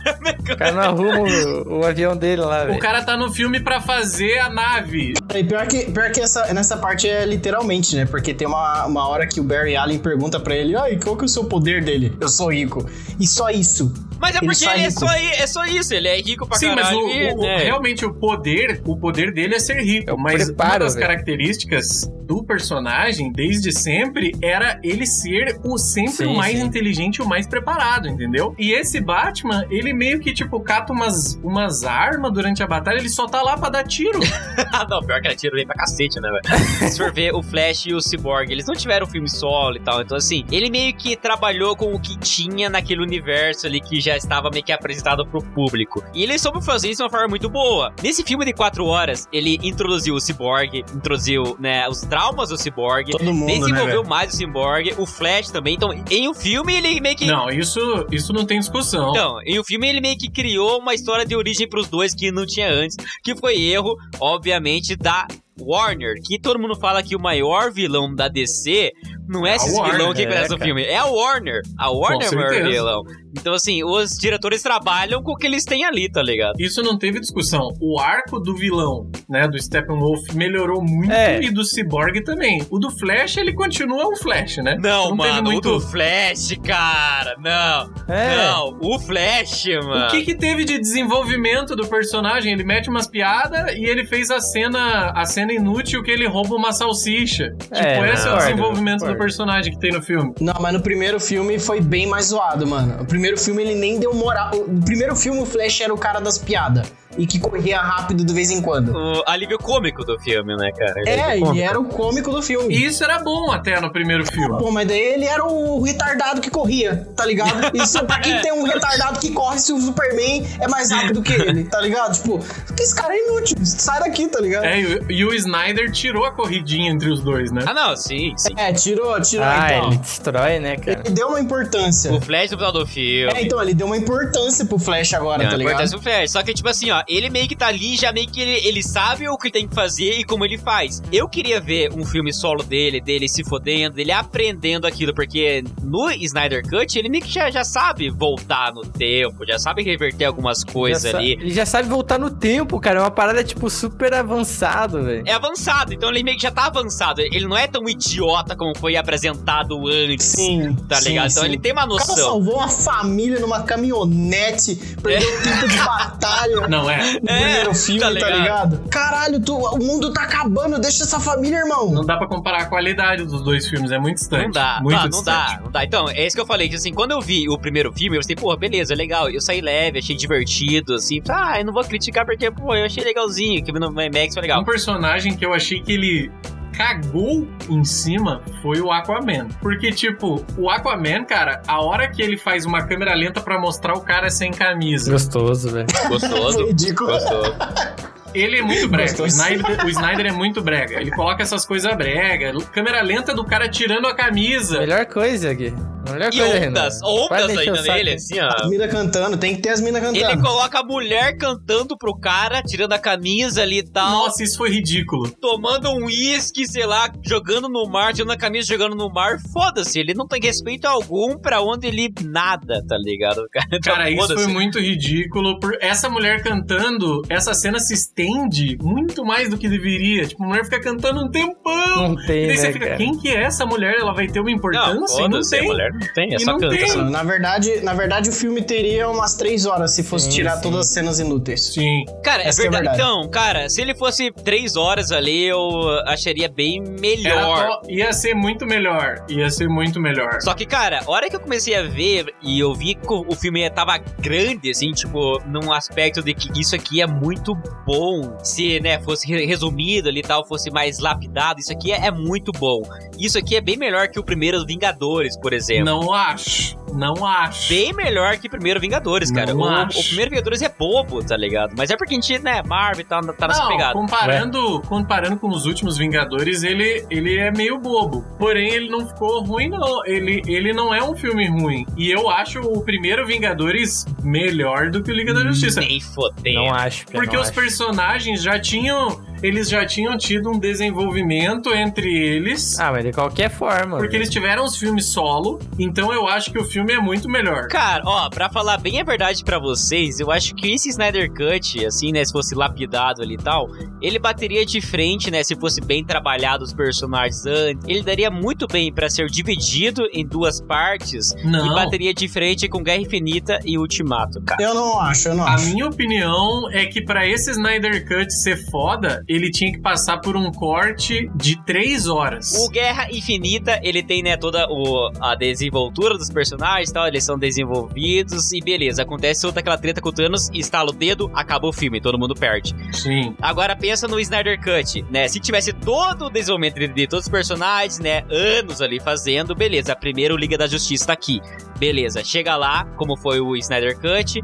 O cara não arruma o, o avião dele lá,
O
velho.
cara tá no filme pra fazer a nave.
E pior que, pior que essa, nessa parte é literalmente, né? Porque tem uma, uma hora que o Barry Allen pergunta pra ele: Ai, qual que é o seu poder dele? Eu sou rico. E só isso.
Mas é
Ele
porque
só é
ele é
rico.
só, i- é só isso, ele é rico pra
Sim, mas
caralho.
o,
e,
o-
né,
realmente o poder, o poder dele é ser rico.
É o
mas uma
preparo,
das
velho.
características do personagem, desde sempre, era ele ser o sempre
Sim,
o mais
sim.
inteligente e o mais preparado, entendeu? E esse Batman, ele meio que, tipo, cata umas, umas armas durante a batalha, ele só tá lá pra dar tiro.
Ah, não, pior que ela tira bem pra cacete, né, velho? Se for ver o Flash e o Cyborg, eles não tiveram filme solo e tal. Então, assim, ele meio que trabalhou com o que tinha naquele universo ali que já estava meio que apresentado pro público. E ele soube fazer isso de uma forma muito boa. Nesse filme de quatro horas, ele introduziu o Cyborg, introduziu, né, os traumas do Cyborg.
Todo mundo, né,
Desenvolveu
velho?
mais o Cyborg, o Flash também. Então, em um filme, ele meio que
Não, isso, isso não tem discussão.
então, e o filme ele meio que criou uma história de origem pros dois que não tinha antes, que foi erro, obviamente, da Warner, que todo mundo fala que o maior vilão da DC não é
A
esse
Warner,
vilão que
é,
começa o
cara.
filme, é a Warner. A Warner é o maior
certeza.
vilão. Então, assim, os diretores trabalham com o que eles têm ali, tá ligado?
Isso não teve discussão. O arco do vilão, né, do Steppenwolf, melhorou muito
É.
e do Cyborg também. O do Flash, ele continua um Flash, né?
Não,
teve
mano,
muito-
o do Flash, cara, não,
É.
não, o Flash, mano.
O que, que teve de desenvolvimento do personagem? Ele mete umas piadas e ele fez a cena a cena inútil que ele rouba uma salsicha. Tipo,
É,
esse é o
concordo,
desenvolvimento do
concordo.
personagem que tem no filme.
Não, mas no primeiro filme foi bem mais zoado, mano. O primeiro filme ele nem deu moral. O- No primeiro filme o Flash era o cara das piadas e que corria rápido de vez em quando.
O alívio cômico do filme, né, cara?
É, ele era o cômico do filme.
E isso era bom até no primeiro filme.
Pô, mas daí ele era o retardado que corria, tá ligado? Isso pra quem tem um retardado que corre se o Superman é mais rápido que ele, tá ligado? Tipo, que esse cara é inútil, sai daqui, tá ligado?
É, e o- e o Snyder tirou a corridinha entre os dois, né?
Ah, não, sim, sim.
É, tirou, tirou
Ah,
então.
ele destrói, né, cara?
Ele deu uma importância.
O Flash no final do filme.
É, então, ele deu uma importância pro Flash agora,
Não, é
tá
a importância
ligado?
do Flash. Só que, tipo assim, ó, ele meio que tá ali, já meio que ele, ele sabe o que tem que fazer e como ele faz. Eu queria ver um filme solo dele, dele se fodendo, dele aprendendo aquilo, porque no Snyder Cut ele meio que já, já sabe voltar no tempo, já sabe reverter algumas coisas
Já sa-
ali.
Ele já sabe voltar no tempo, cara. É uma parada, tipo, super avançado, velho.
É avançado, então ele meio que já tá avançado. Ele não é tão idiota como foi apresentado antes. Tá
sim,
ligado? então
sim.
ele tem uma
O cara
noção.
salvou uma família numa caminhonete, perdeu o tempo de batalha.
Não é.
No
É,
primeiro filme,
tá
tá
ligado?
ligado? Caralho, tu- o mundo tá acabando, deixa essa família, irmão.
Não dá pra comparar a qualidade dos dois filmes, é muito distante.
Não dá,
muito
tá, não
distante.
dá, não dá. Então, é isso que eu falei, que assim, quando eu vi o primeiro filme, eu pensei, porra, beleza, legal. Eu saí leve, achei divertido, assim. Ah, eu não vou criticar porque, pô, eu achei legalzinho, que no Max foi legal.
Um personagem que eu achei que ele cagou em cima foi o Aquaman. Porque, tipo, o Aquaman, cara, a hora que ele faz uma câmera lenta pra mostrar o cara sem camisa,
Gostoso, velho.
Foi
Gostoso.
ridículo.
ele é muito brega. O
Gostoso.
Snyder, o Snyder é muito brega. Ele coloca essas coisas brega. Câmera lenta do cara tirando a camisa.
Melhor coisa, Gui. Melhor
E
coisa,
ondas,
Renan. Vai
ondas
mexer
ainda
o saco.
nele, assim, ó.
As mina cantando, tem que ter as minas
Ele
cantando.
coloca a mulher cantando pro cara, tirando a camisa ali e tal,
Nossa, isso foi ridículo.
tomando um uísque, sei lá, jogando no mar, tirando a camisa, jogando no mar. Foda-se, ele não tem respeito algum pra onde ele nada, tá ligado? Cara, Então,
Cara, isso
foda-se.
foi muito ridículo. Por essa mulher cantando, essa cena se estende muito mais do que deveria. Tipo, a mulher fica cantando um tempão.
Não
E
tem,
daí você
né,
fica,
cara?
quem que é essa mulher? Ela vai ter uma
Não,
importância? Não,
foda-se, a
tem.
mulher não tem, é
E
só
não
canta.
tem.
só.
Na verdade, na verdade, o filme teria umas três horas se fosse
Sim,
tirar
sim.
todas as cenas inúteis.
Sim.
Cara, é
Essa que é a
verdade.
verdade.
Então, cara, se ele fosse três horas ali, eu acharia bem
Era
melhor.
to- Ia ser muito melhor. Ia ser muito melhor.
Só que, cara, a hora que eu comecei a ver e eu vi que o filme tava grande, assim, tipo, num aspecto de que isso aqui é muito bom. Se, né, fosse re- resumido ali e tal, fosse mais lapidado, isso aqui é, é muito bom. Isso aqui é bem melhor que o primeiro Vingadores, por exemplo.
Não acho. Não acho.
Bem melhor que o primeiro Vingadores, cara.
Não
O,
acho.
o primeiro Vingadores é bobo, tá ligado? Mas é porque a gente, né, Marvel tá, tá nessa
Não,
pegada.
comparando, comparando com os últimos Vingadores, ele, ele é meio bobo. Porém, ele não ficou ruim, não. Ele, ele não é um filme ruim. E eu acho o primeiro Vingadores melhor do que o Liga da Justiça.
Nem fodendo.
Não acho, cara.
Porque
Hum, não
os
acho.
personagens já tinham. Eles já tinham tido um desenvolvimento entre eles.
Ah, mas de qualquer forma.
Porque
velho.
eles tiveram os filmes solo, então eu acho que o filme é muito melhor.
Cara, ó, pra falar bem a verdade pra vocês, eu acho que esse Snyder Cut, assim, né, se fosse lapidado ali e tal, Ele bateria de frente, né? Se fosse bem trabalhado os personagens antes. Ele daria muito bem pra ser dividido em duas partes. E
Não.
bateria de frente com Guerra Infinita e Ultimato, cara.
Eu não acho, eu não
A
acho.
minha opinião é que pra esse Snyder Cut ser foda, ele tinha que passar por um corte de três horas.
O Guerra Infinita, ele tem, né, toda o- a desenvoltura dos personagens e tal, eles são desenvolvidos e beleza. Acontece toda aquela treta com o Thanos, estala o dedo, acaba o filme, todo mundo perde.
Sim.
Agora pensa no Snyder Cut, né? Se tivesse todo o desenvolvimento de- de todos os personagens, né, anos ali fazendo, beleza. Primeiro o Liga da Justiça tá aqui. Beleza, chega lá, como foi o Snyder Cut,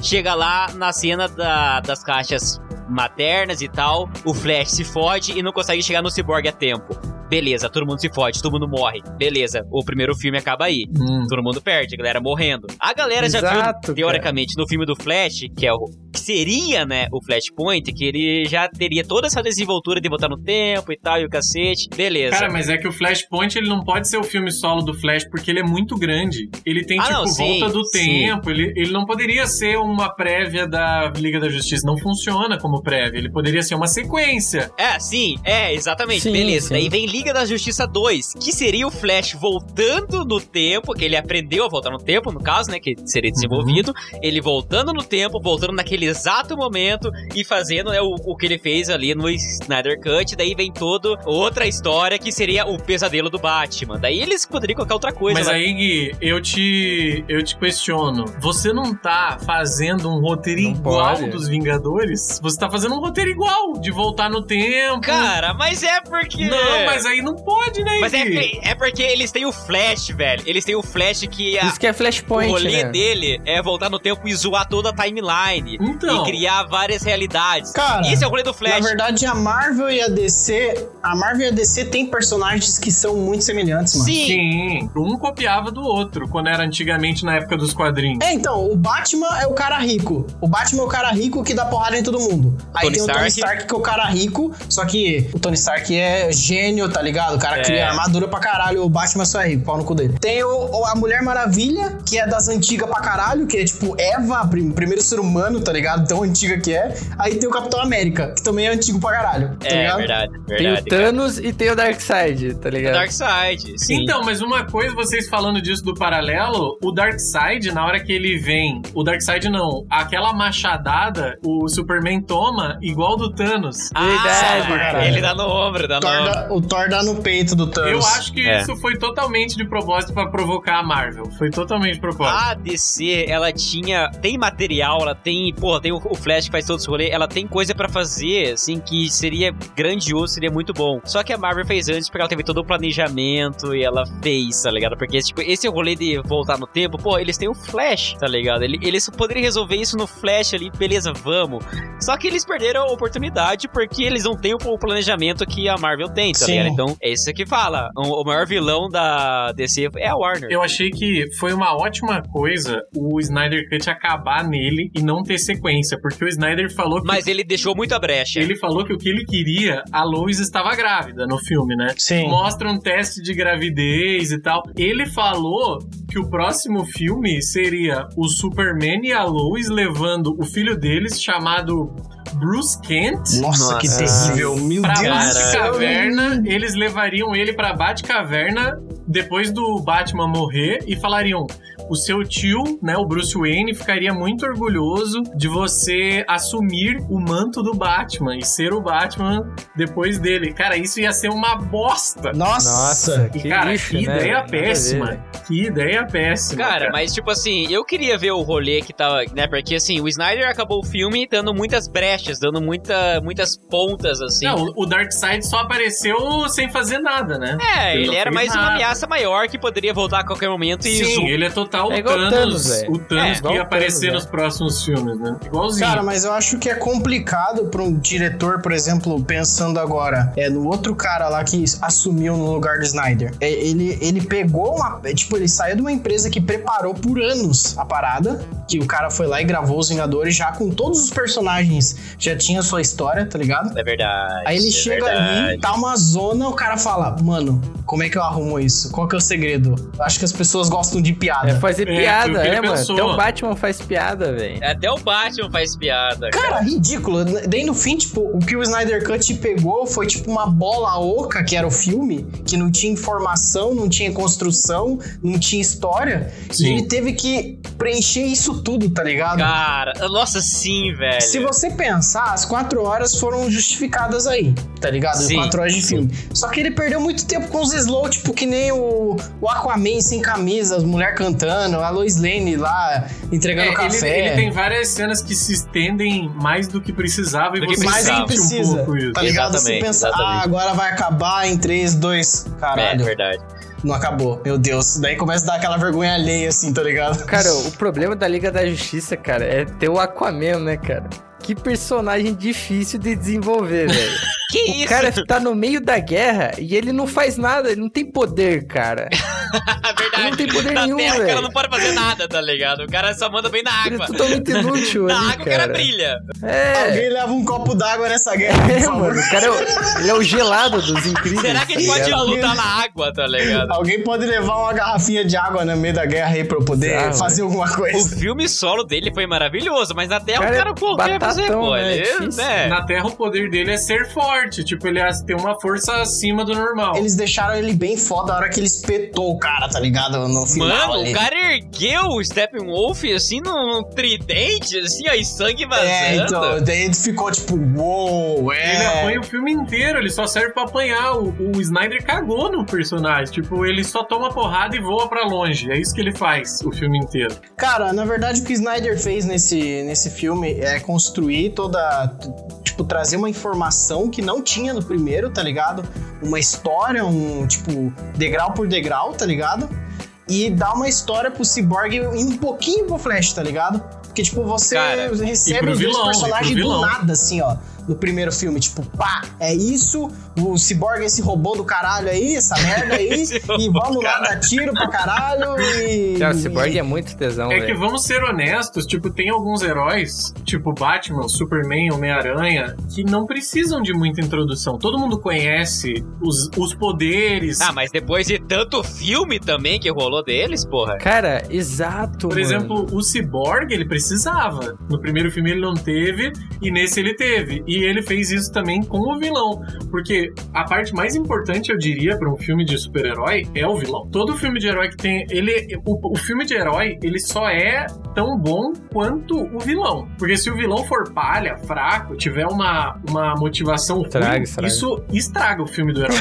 chega lá na cena da- das caixas maternas e tal, o Flash se fode e não consegue chegar no Cyborg a tempo. Beleza, todo mundo se fode, todo mundo morre. Beleza, o primeiro filme acaba aí.
Hum.
Todo mundo perde, a galera morrendo. A galera já
Exato,
viu,
cara.
teoricamente, no filme do Flash, que é o. Que seria, né, o Flashpoint, que ele já teria toda essa desenvoltura de botar no tempo e tal, e o cacete. Beleza.
Cara, mas é que o Flashpoint ele não pode ser o filme solo do Flash porque ele é muito grande. Ele tem
Ah,
tipo
não, sim,
volta do
sim.
tempo. Ele, ele não poderia ser uma prévia da Liga da Justiça. Não funciona como prévia. Ele poderia ser uma sequência.
É, sim, é, exatamente.
Sim,
Beleza.
sim.
Daí vem Liga da Justiça 2, que seria o Flash voltando no tempo, que ele aprendeu a voltar no tempo, no caso, né? Que seria
Uhum.
desenvolvido. Ele voltando no tempo, voltando naquele exato momento e fazendo né, o, o que ele fez ali no Snyder Cut. Daí vem toda outra história que seria o pesadelo do Batman. Daí eles poderiam colocar outra coisa.
Mas
lá.
aí, Gui, eu te, eu te questiono. Você não tá fazendo um roteiro
Não
igual
pode.
dos Vingadores? Você tá fazendo um roteiro igual, de voltar no tempo.
Cara, mas é porque.
Não, mas aí não pode, né,
Mas é,
Gui?
é porque eles têm o Flash, velho. Eles têm o Flash que a,
Isso que é
O
Flashpoint,
rolê
né?
dele é voltar no tempo e zoar toda a timeline.
Então.
E criar várias realidades.
Cara,
Esse é o rolê do
Na
Flash.
verdade, a Marvel e a DC. A Marvel e a DC tem personagens que são muito semelhantes, mano.
Sim.
Sim, um copiava do outro, quando era antigamente na época dos quadrinhos.
É, então, o Batman é o cara rico. O Batman é o cara rico que dá porrada em todo mundo. Aí
Tony
tem o
Stark.
Tony Stark que é o cara rico, só que o Tony Stark é gênio, tá ligado? O cara
É.
cria armadura pra caralho, o Batman só é rico, pau no cu dele. Tem o, o- a Mulher Maravilha, que é das antigas pra caralho, que é tipo Eva, a prim- primeiro ser humano, tá ligado? Tão antiga que é. Aí tem o Capitão América, que também é antigo pra caralho, tá
é,
ligado?
verdade,
Tem
verdade.
o Thanos e tem o Darkseid, tá ligado?
Darkseid, sim.
Então, mas uma coisa, vocês falando disso do paralelo, o Darkseid, na hora que ele vem, o Darkseid não, aquela machadada, o Superman toma igual do Thanos.
Verdade, cara.
Ah, ele dá no ombro, dá no
O Thor
ombro.
dá- o Thor dá no peito do Thanos.
Eu acho que
É.
isso foi totalmente de propósito pra provocar a Marvel. Foi totalmente de propósito.
A DC, ela tinha. Tem material, ela tem. Porra, tem o, o Flash que faz todos os rolês. Ela tem coisa pra fazer, assim, que seria grandioso, seria muito bom. Só que a Marvel fez antes porque ela teve todo o planejamento e ela fez, tá ligado? Porque, tipo, esse rolê de voltar no tempo, pô, eles têm o Flash, tá ligado? Ele- Eles poderiam resolver isso no Flash ali, beleza, vamos. Só que eles perderam a oportunidade porque eles não têm o o planejamento que a Marvel tem, tá
Sim.
ligado? Então, é isso que fala. O o maior vilão da DC é a Warner.
Eu achei que foi uma ótima coisa o Snyder Cut acabar nele e não ter sequência, porque o Snyder falou que
Mas ele deixou muita brecha.
Ele falou que o que ele queria, a Lois estava grávida no filme, né?
Sim.
Mostra um teste de gravidez e tal. Ele falou que o próximo filme seria o Superman e a Lois levando o filho deles, chamado Bruce Kent.
Nossa, que terrível. Meu
Pra
Deus do céu.
Batcaverna, eles levariam ele pra Batcaverna depois do Batman morrer e falariam: o seu tio, né, o Bruce Wayne, ficaria muito orgulhoso de você assumir o manto do Batman e ser o Batman depois dele. Cara, isso ia ser uma bosta.
Nossa.
Nossa, que
E, cara,
lixo,
que
né?
ideia
Nada a ver,
péssima.
velho.
Que ideia péssima.
Cara, mas tipo assim, eu queria ver o rolê que tava, né? Porque assim, o Snyder acabou o filme dando muitas brechas, dando muita, muitas pontas, assim.
Não, o Darkseid só apareceu sem fazer nada, né?
é,
Ele
ele,
não
era
fez
mais uma
nada.
ameaça maior que poderia voltar a qualquer momento e
Sim,
zo-
ele é total
É
o
igual o
Thanos.
Thanos, velho.
o
É,
Thanos que
igual o
ia aparecer
Thanos, né?
nos próximos filmes, né? Igualzinho.
Cara, mas eu acho que é complicado pra um diretor, por exemplo, pensando agora, é no outro cara lá que assumiu no lugar do Snyder. É, ele, ele pegou uma. é, tipo, ele saiu de uma empresa que preparou por anos a parada, que o cara foi lá e gravou os Vingadores já com todos os personagens, já tinha sua história, tá ligado?
É verdade.
Aí ele
é
chega
verdade.
ali, tá uma zona, o cara fala, mano, como é que eu arrumo isso? Qual que é o segredo? Acho que as pessoas gostam de piada.
É fazer
É, foi o
piada,
que ele
é, mano.
pensou.
Até o Batman faz piada, velho.
Até o Batman faz piada.
Cara, ridículo. Daí no fim, tipo, o que o Snyder Cut pegou foi tipo uma bola oca, que era o filme, que não tinha informação, não tinha construção, não tinha história.
Sim.
E ele teve que preencher isso tudo, tá ligado?
Cara, nossa, sim, velho.
Se você pensar, as quatro horas foram justificadas aí, tá ligado?
Sim.
quatro horas de filme. Só que ele perdeu muito tempo com os slow, tipo que nem o, o Aquaman sem camisa, as mulheres cantando, a Lois Lane lá entregando
É, ele,
café.
ele tem várias cenas que se estendem mais do que precisava e
Do que
você
mais do
sente
que
precisava.
um
precisa,
pouco isso.
tá ligado? Você
Exatamente,
pensa, ah,
exatamente.
agora vai acabar em 3, 2,
É
caralho,
verdade.
não acabou, meu Deus. Daí começa a dar aquela vergonha alheia, assim, tá ligado?
Cara, o problema da Liga da Justiça, cara, é ter o Aquaman, né, cara? Que personagem difícil de desenvolver, velho.
Que
O
isso?
cara tá no meio da guerra e ele não faz nada, ele não tem poder, cara.
É verdade.
Ele não tem poder
Na
nenhum,
terra, o cara
velho.
não pode fazer nada, tá ligado? O cara só manda bem na
Ele é
água.
totalmente inútil
Na
ali,
água o cara
cara.
brilha.
É,
Alguém leva um copo d'água nessa guerra, por
é,
favor.
mano, o cara é o, ele é o gelado dos incríveis.
Será que ele
tá
pode
ligado?
lutar na água, tá ligado?
Alguém pode levar uma garrafinha de água no meio da guerra aí pra eu poder
Ah,
fazer alguma
O
coisa?
filme solo dele foi maravilhoso, mas na terra
Cara,
o cara qualquer fazer
batatão,
coisa.
né?
Ele,
Difícil.
né?
Na Terra, o poder dele é ser forte. Tipo, ele as- tem uma força acima do normal.
Eles deixaram ele bem foda a hora que ele espetou o cara, tá ligado? No final
Mano,
ali.
o cara ergueu o Steppenwolf assim num, num tridente, assim, ó, e sangue vazando.
É, então, daí ele ficou tipo, uou, é.
Ele apanha o filme inteiro, ele só serve pra apanhar. O, o Snyder cagou no personagem. Tipo, ele só toma porrada e voa pra longe. É isso que ele faz o filme inteiro.
Cara, na verdade o que o Snyder fez nesse, nesse filme é construir toda. t- Tipo, trazer uma informação que não tinha no primeiro, tá ligado? Uma história, um tipo, degrau por degrau, tá ligado? E dar uma história pro Cyborg e um pouquinho pro Flash, tá ligado? Porque, tipo, você
Cara,
e
recebe
pro
os dois
vilão, e pro
personagens do
vilão.
nada, assim, ó. No primeiro filme, tipo, pá, é isso, o Cyborg é esse robô do caralho aí, essa merda aí,
Esse
e
robô,
vamos lá dar tiro pra caralho e.
Cara, o Cyborg é muito tesão,
é que
velho.
vamos ser honestos, tipo, tem alguns heróis, tipo Batman, Superman, Homem-Aranha, que não precisam de muita introdução. Todo mundo conhece os, os poderes.
Ah, mas depois de tanto filme também que rolou deles, porra.
Cara, exato,
Por
mano.
exemplo, o Cyborg, ele precisava. No primeiro filme ele não teve, e nesse ele teve. E ele fez isso também com o vilão. Porque a parte mais importante, eu diria, para um filme de super-herói é o vilão. Todo filme de herói que tem. ele o, o filme de herói, ele só é tão bom quanto o vilão. Porque se o vilão for palha, fraco, tiver uma, uma motivação ruim,
Estraga, estraga.
isso estraga o filme do herói.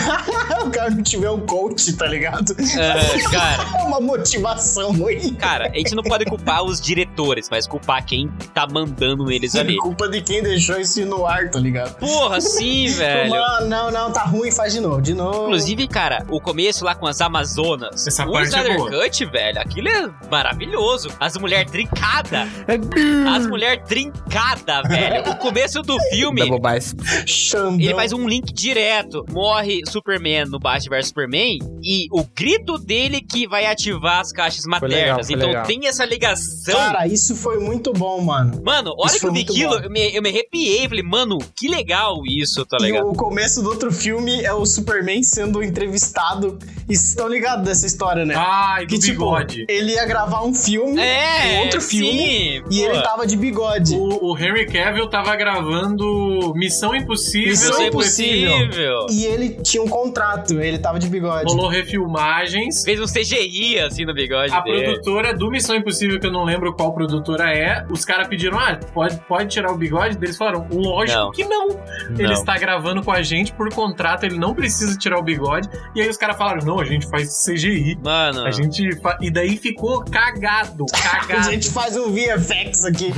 o cara não tiver um coach, tá ligado?
Ah, cara,
É uma motivação ruim.
cara, a gente não pode culpar os diretores, mas culpar quem tá mandando eles ali.
Tipo, Culpa de quem deixou isso no ar, tá ligado?
Porra, sim,
é
velho.
Mano, não, não, tá ruim, faz de novo, de novo.
é Inclusive, cara, o começo lá com as Amazonas.
Essa
o
parte é
Snyder
boa.
Cut, velho, aquilo é maravilhoso. As mulheres trincadas.
É
As mulheres trincadas, velho. O começo do filme.
Double Bice.
Xandão.
Ele faz um link direto. Morre Superman no Batman vs Superman e o grito dele que vai ativar as caixas maternas.
legal, foi
então
legal.
tem essa ligação.
Cara, isso foi muito bom, mano.
Mano, olha
isso
que eu
foi
vi
muito
aquilo,
bom.
eu me, eu me arrepiei. Falei, mano, que legal isso, tá
e
ligado?
o começo do outro filme é o Superman sendo entrevistado. E vocês estão ligados dessa história, né?
Ai, do
que tipo,
bigode.
ele ia gravar um filme,
É,
um outro filme,
sim,
e
pô.
ele tá tava de bigode.
O, o Henry Cavill tava gravando Missão Impossível.
Missão
Isso é
depois
Impossível.
impossível.
E ele tinha um contrato, ele tava de bigode.
Rolou refilmagens.
Fez um CGI assim no bigode
A
dele.
produtora do Missão Impossível, que eu não lembro qual produtora é, os caras pediram, ah, pode, pode tirar o bigode? Eles falaram, lógico
Não.
que não. Ele
Não.
está gravando com a gente por contrato, ele não precisa tirar o bigode. E aí os caras falaram, não, a gente faz CGI.
Mano,
A gente fa- E daí ficou cagado,
A
cagado.
gente faz um VFX aqui.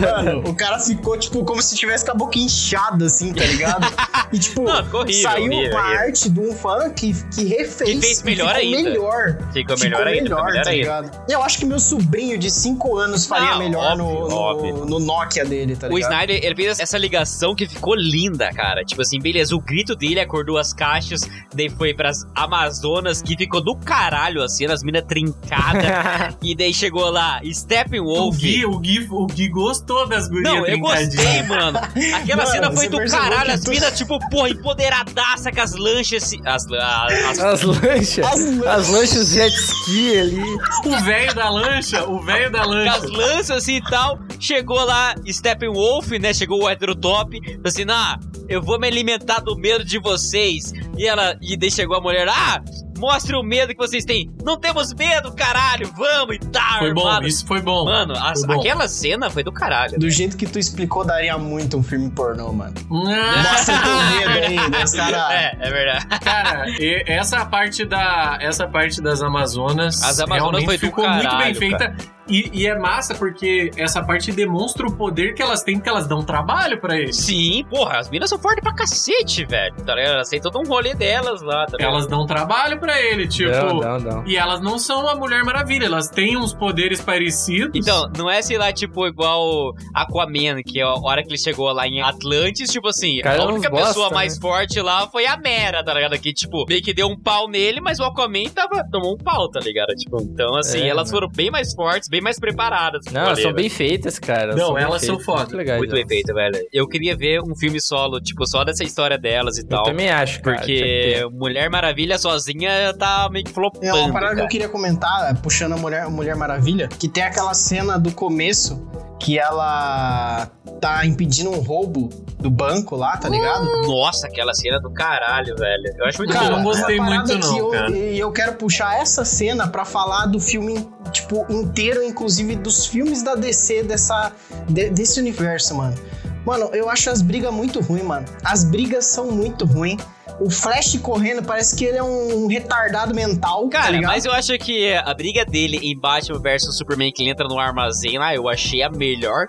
Mano, o cara ficou, tipo, como se tivesse com a boca inchada, assim, tá ligado? E, tipo,
Não, ficou horrível,
saiu
horrível,
uma
horrível.
arte de um fã que, que refez.
Que fez melhor
ficou
ainda.
Melhor.
ficou melhor ainda. Ficou melhor
tá
ainda.
ligado? Eu acho que meu sobrinho de 5 anos faria
Não,
melhor no-
óbvio,
no,
óbvio.
no Nokia dele, tá
O
ligado?
Snyder, ele fez essa ligação edição que ficou linda, cara. Tipo assim, beleza, o grito dele acordou as caixas, daí foi pras Amazonas, que ficou do caralho a cena, as minas trincadas. e daí chegou lá,
O
Steppenwolf.
Gui, o, Gui, o Gui gostou das gurias
Não, eu
trincadinhas.
gostei, mano. Aquela
Mano,
cena foi
você
do
percebeu
caralho.
que
As
tu-
minas, tipo, porra, empoderadaça com as lanchas. se- As, a- as-
As lanchas. As lanchas jet ski ali.
O velho da lancha, o velho da
com as
lancha.
lanças assim e tal. Chegou lá Steppenwolf, né? Chegou o hétero top. Falou assim: ah, eu vou me alimentar do medo de vocês. E ela. E daí chegou a mulher: ah, mostre o medo que vocês têm. Não temos medo, caralho, vamos e tal.
Foi bom,
mano.
isso foi bom.
Mano, é as-
foi bom.
aquela cena foi do caralho.
Do jeito que tu explicou, daria muito um filme pornô, mano.
Ah,
Mostra o teu medo ainda, né, os caras.
É, é verdade.
cara, e- essa parte da essa parte das Amazonas,
As Amazonas
realmente
foi do
ficou muito bem
caralho,
feita e, e é massa porque essa parte demonstra o poder que elas têm, porque elas dão trabalho pra eles.
Sim, porra, as minas são fortes pra cacete, velho. Tá ligado? Elas têm todo um rolê delas lá, tá ligado?
Elas dão trabalho pra ele, tipo.
Não, não, não.
E elas não são a Mulher Maravilha, elas têm uns poderes parecidos.
Então, não é, sei lá, tipo, igual Aquaman, que é a hora que ele chegou lá em Atlantis, tipo assim,
Cara,
a
não
única
gosta,
pessoa
né?
mais forte lá foi a Mera, tá ligado? Que, tipo, meio que deu um pau nele, mas o Aquaman tava, tomou um pau, tá ligado? Tipo, então, assim,
É,
elas
né?
foram bem mais fortes, bem mais preparadas. pro
Não, elas
rolê,
são
velho.
bem feitas, cara.
Não,
bem
elas são
feitas,
foda.
Muito legais.
Muito bem
elas.
feito, velho. Eu queria ver um filme solo, tipo, só dessa história delas e
Eu
tal.
também ah, acho, cara.
Porque Mulher Maravilha sozinha tá meio que flopando.
É uma parada que eu
cara.
queria comentar, é, puxando a Mulher, Mulher Maravilha, que tem aquela cena do começo que ela tá impedindo um roubo do banco lá, tá ligado?
Hum. Nossa, aquela cena do caralho, velho. Eu acho muito
Cara,
boa.
não gostei
é uma parada
muito
que
não,
eu,
cara.
E eu quero puxar essa cena pra falar do filme, tipo, inteiro, inclusive dos filmes da DC dessa, de- desse universo, mano. Mano, eu acho as brigas muito ruim, mano. As brigas são muito ruins. O Flash correndo, parece que ele é um retardado mental. tá
Cara,
ligado?
mas eu acho que a briga dele em Batman vs Superman que ele entra no armazém lá, eu achei a melhor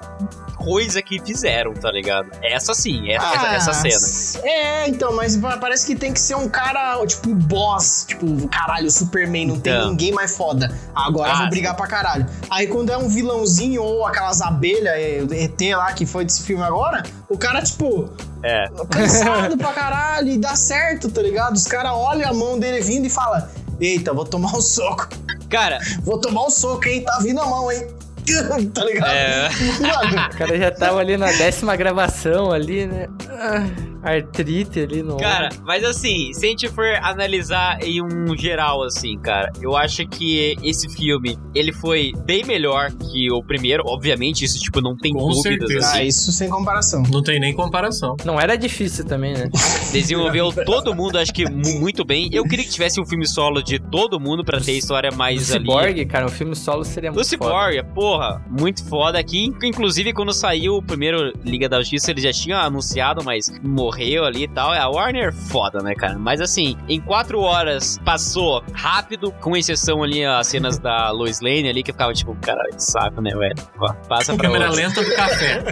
coisa que fizeram, tá ligado? Essa sim, essa,
Ah,
essa- essa cena.
cena. É, então, mas pa- parece que tem que ser um cara, tipo, boss. Tipo, caralho, Superman, não tem
Então.
ninguém mais foda. Agora
Ah,
eu vou brigar pra caralho. Aí quando é um vilãozinho ou aquelas abelhas, é, o ET lá, que foi desse filme agora, o cara, tipo,
É.
cansado pra caralho e dá certo, tá ligado? Os caras olham a mão dele vindo e fala Eita, vou tomar um soco.
Cara,
Vou tomar um soco, hein? Tá vindo a mão, hein? tá ligado?
É.
Mano,
O cara já tava ali na décima gravação ali, né? Ah, Artrite ali no.
cara, mas assim, se a gente for analisar em um geral, assim, cara, eu acho que esse filme, ele foi bem melhor que o primeiro. Obviamente, isso, tipo, não tem
Com
dúvidas,
certeza.
ah,
assim.
isso sem comparação.
Não tem nem comparação.
Não era difícil também, né?
Desenvolveu todo mundo, acho que mu- muito bem. Eu queria que tivesse um filme solo de todo mundo pra ter a história
O
mais ali.
Cyborg, cara, um filme solo seria
Do
muito foda.
Cyborg, porra, muito foda aqui. Inclusive, quando saiu o primeiro Liga da Justiça, eles já tinham anunciado, mas morreu ali e tal. É a Warner foda, né, cara? Mas assim, em quatro horas passou rápido, com exceção ali as cenas da Lois Lane ali, que eu ficava tipo, cara, que saco, né, velho? Ó, Passa pra
Câmera
outra.
lenta do café.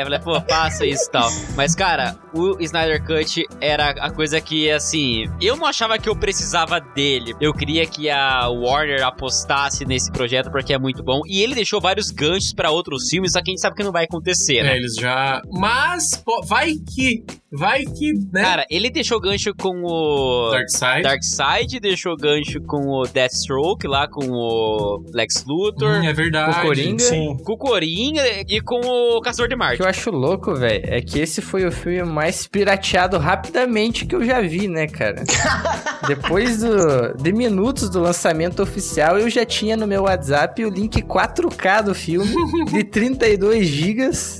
É, falei, pô, passa isso e tal. Mas, cara, o Snyder Cut era a coisa que, assim, eu não achava que eu precisava dele. Eu queria que a Warner apostasse nesse projeto porque é muito bom. E ele deixou vários ganchos pra outros filmes, só que a gente sabe que não vai acontecer, né?
É, eles já. Mas, pô, vai que. Vai que, né?
Cara, ele deixou gancho com o.
Dark Side.
Darkseid deixou gancho com o Deathstroke lá, com o Lex Luthor,
Hum, é verdade.
O Coringa.
Sim.
com o Coringa e com o Caçador de
O
Marte.
que eu acho louco, velho, é que esse foi o filme mais pirateado rapidamente que eu já vi, né, cara? Depois do, de minutos do lançamento oficial, eu já tinha no meu WhatsApp o link 4K do filme, de 32 GB.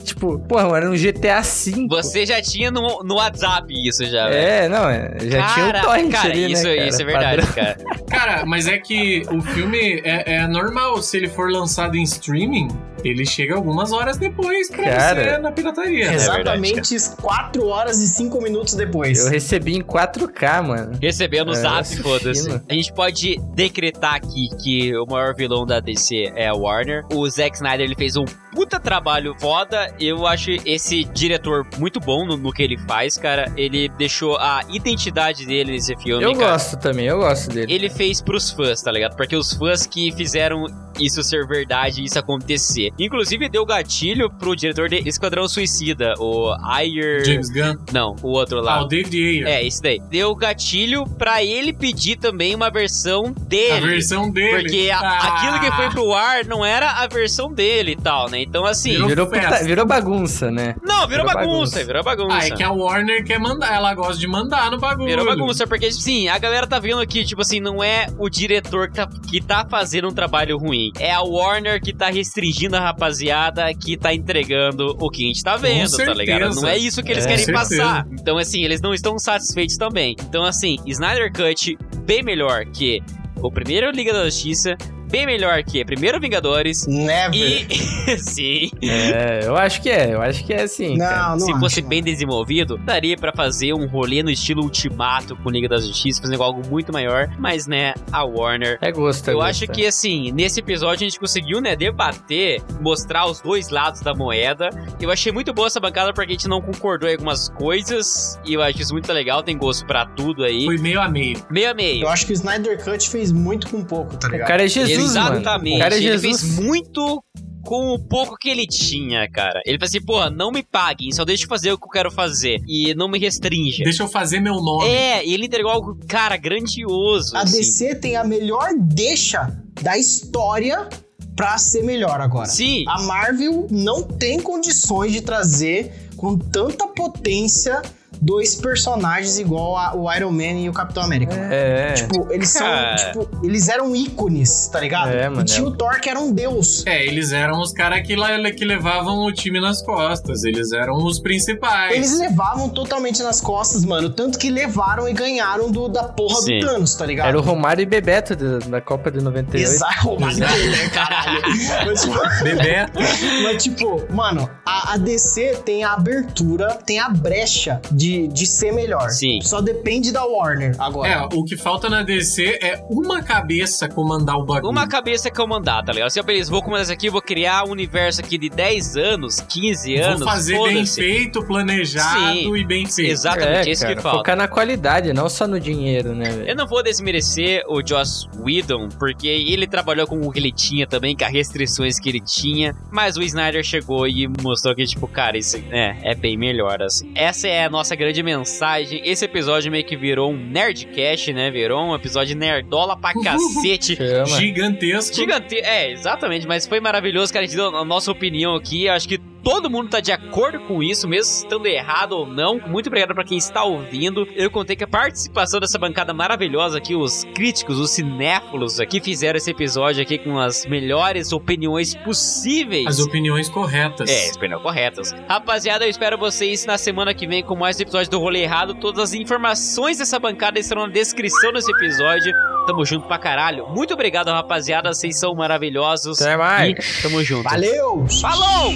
Tipo, porra, mano, era um GTA V.
Você já tinha no, no WhatsApp isso já, velho.
É, não, é, já tinha o torrent
cara,
ali,
isso,
né, cara?
isso é verdade,
Padrão.
cara.
Cara, mas é que o filme é, é normal. Se ele for lançado em streaming, ele chega algumas horas depois pra
Cara.
você na pirataria. né?
É verdade,
Exatamente 4 horas e 5 minutos depois.
Eu recebi em 4K, mano.
Recebendo o
É,
zap,
essa
foda-se.
fina.
A gente pode decretar aqui que o maior vilão da DC é a Warner. O Zack Snyder, ele fez um puta trabalho foda. Eu acho esse diretor muito bom no, no que ele faz, cara. Ele deixou a identidade dele nesse filme,
Eu
cara.
gosto também, eu gosto dele.
Ele fez pros fãs, tá ligado? Porque os fãs que fizeram isso ser verdade, isso acontecer. Inclusive deu gatilho pro diretor de Esquadrão Suicida, o Ayer.
James Gunn.
Não, o outro lá.
Ah, o David Ayer.
É, esse daí. Deu gatilho pra ele pedir também uma versão
a
dele.
versão dele.
é Porque a-
Ah,
aquilo que foi pro ar não era a versão dele e tal, né? Então, assim.
Virou
Virou,
festa.
puta- virou bagunça, né?
não, virou
virou
bagunça,
bagunça.
virou bagunça.
Ah, é que a Warner quer mandar, ela gosta de mandar no bagulho.
Virou bagunça, porque, sim, a galera tá vendo aqui, tipo assim, não é o diretor que tá, que tá fazendo um trabalho ruim. É a Warner que tá restringindo a rapaziada que tá entregando o que a gente tá vendo, tá
certeza.
ligado? Não é isso que eles
É,
querem
com certeza.
passar. Então, assim, eles não estão satisfeitos também. Então, assim, Snyder Cut, bem melhor que o primeiro Liga da Justiça, bem melhor que primeiro Vingadores.
Never.
E, sim,
É, eu acho que é, eu acho que é assim. cara.
Não, não
se fosse
acho,
bem desenvolvido, daria pra fazer um rolê no estilo Ultimato com Liga da Justiça, fazendo algo muito maior, mas né, a Warner.
É gosto, é
Eu
gosto.
acho que assim, nesse episódio a gente conseguiu, né, debater, mostrar os dois lados da moeda. Eu achei muito boa essa bancada porque a gente não concordou em algumas coisas, e eu acho isso muito legal, tem gosto pra tudo aí.
Foi meio a meio.
Meio a meio.
Eu acho que o Snyder Cut fez muito com pouco, tá
O
ligado?
cara é Jesus, mano.
Exatamente.
O cara é
ele
Jesus.
fez muito com o pouco que ele tinha, cara. Ele falou assim, porra, não me paguem, só deixa eu fazer o que eu quero fazer. E não me restringe.
Deixa eu fazer meu nome.
É, e ele entregou algo, cara, grandioso.
é
A
assim.
DC tem a melhor deixa da história pra ser melhor agora.
Sim,
A Marvel não tem condições de trazer com tanta potência dois personagens igual a- o Iron Man e o Capitão América.
É, é.
Tipo, eles são,
Cara.
tipo, eles eram ícones, tá ligado?
É, mano,
e tinha o Thor que era um deus.
É, eles eram os caras que, lá- que levavam o time nas costas. Eles eram os principais.
Eles levavam totalmente nas costas, mano. Tanto que levaram e ganharam do, da porra
Sim.
do Thanos, tá ligado?
Era o Romário e Bebeto da, da Copa de 98.
Exato, mas, né, caralho. Mas, tipo,
Bebeto.
mas, tipo, mano, a, a DC tem a abertura, tem a brecha de, de ser melhor.
Sim.
Só depende da Warner agora.
É, o que falta na DC é uma cabeça comandar o bagulho.
uma cabeça que eu mandar, tá ligado? Assim, ó, beleza, vou começar isso aqui, vou criar um universo aqui de 10 anos, 15 anos.
Vou fazer bem
foda-se.
feito, planejado
Sim.
e bem feito.
Exatamente,
É,
isso
cara,
que falta.
Focar na qualidade, não só no dinheiro, né,
Eu
velho?
não vou desmerecer o Joss Whedon, porque ele trabalhou com o que ele tinha também, com as restrições que ele tinha, mas o Snyder chegou e mostrou que, tipo, cara, isso é, é bem melhor, assim. Essa é a nossa grande mensagem. Esse episódio meio que virou um Nerdcast, né? Virou um episódio nerdola pra cacete.
Chama.
Gigantesco.
Gigante... É, exatamente, mas foi maravilhoso, cara. A gente deu a nossa opinião aqui. Acho que todo mundo tá de acordo com isso, mesmo estando errado ou não. Muito obrigado pra quem está ouvindo. Eu contei que a participação dessa bancada maravilhosa aqui, os críticos, os cinéfilos aqui, fizeram esse episódio aqui com as melhores opiniões possíveis.
As opiniões corretas.
É, espinhão corretas. Rapaziada, eu espero vocês na semana que vem com mais um episódio do Rolê Errado. Todas as informações dessa bancada estarão na descrição desse episódio. Tamo junto pra caralho. Muito obrigado, rapaziada. Vocês são maravilhosos.
Até mais.
E tamo junto.
Valeu!
Falou!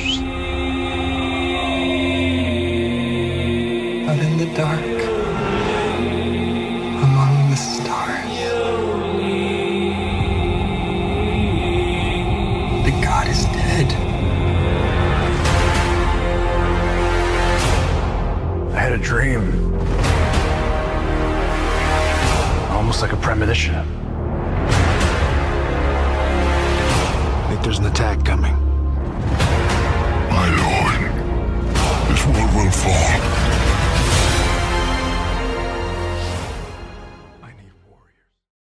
I'm in the dark. Among the stars. The god is dead.
I had a dream. Almost like a premonition. I think there's an attack coming.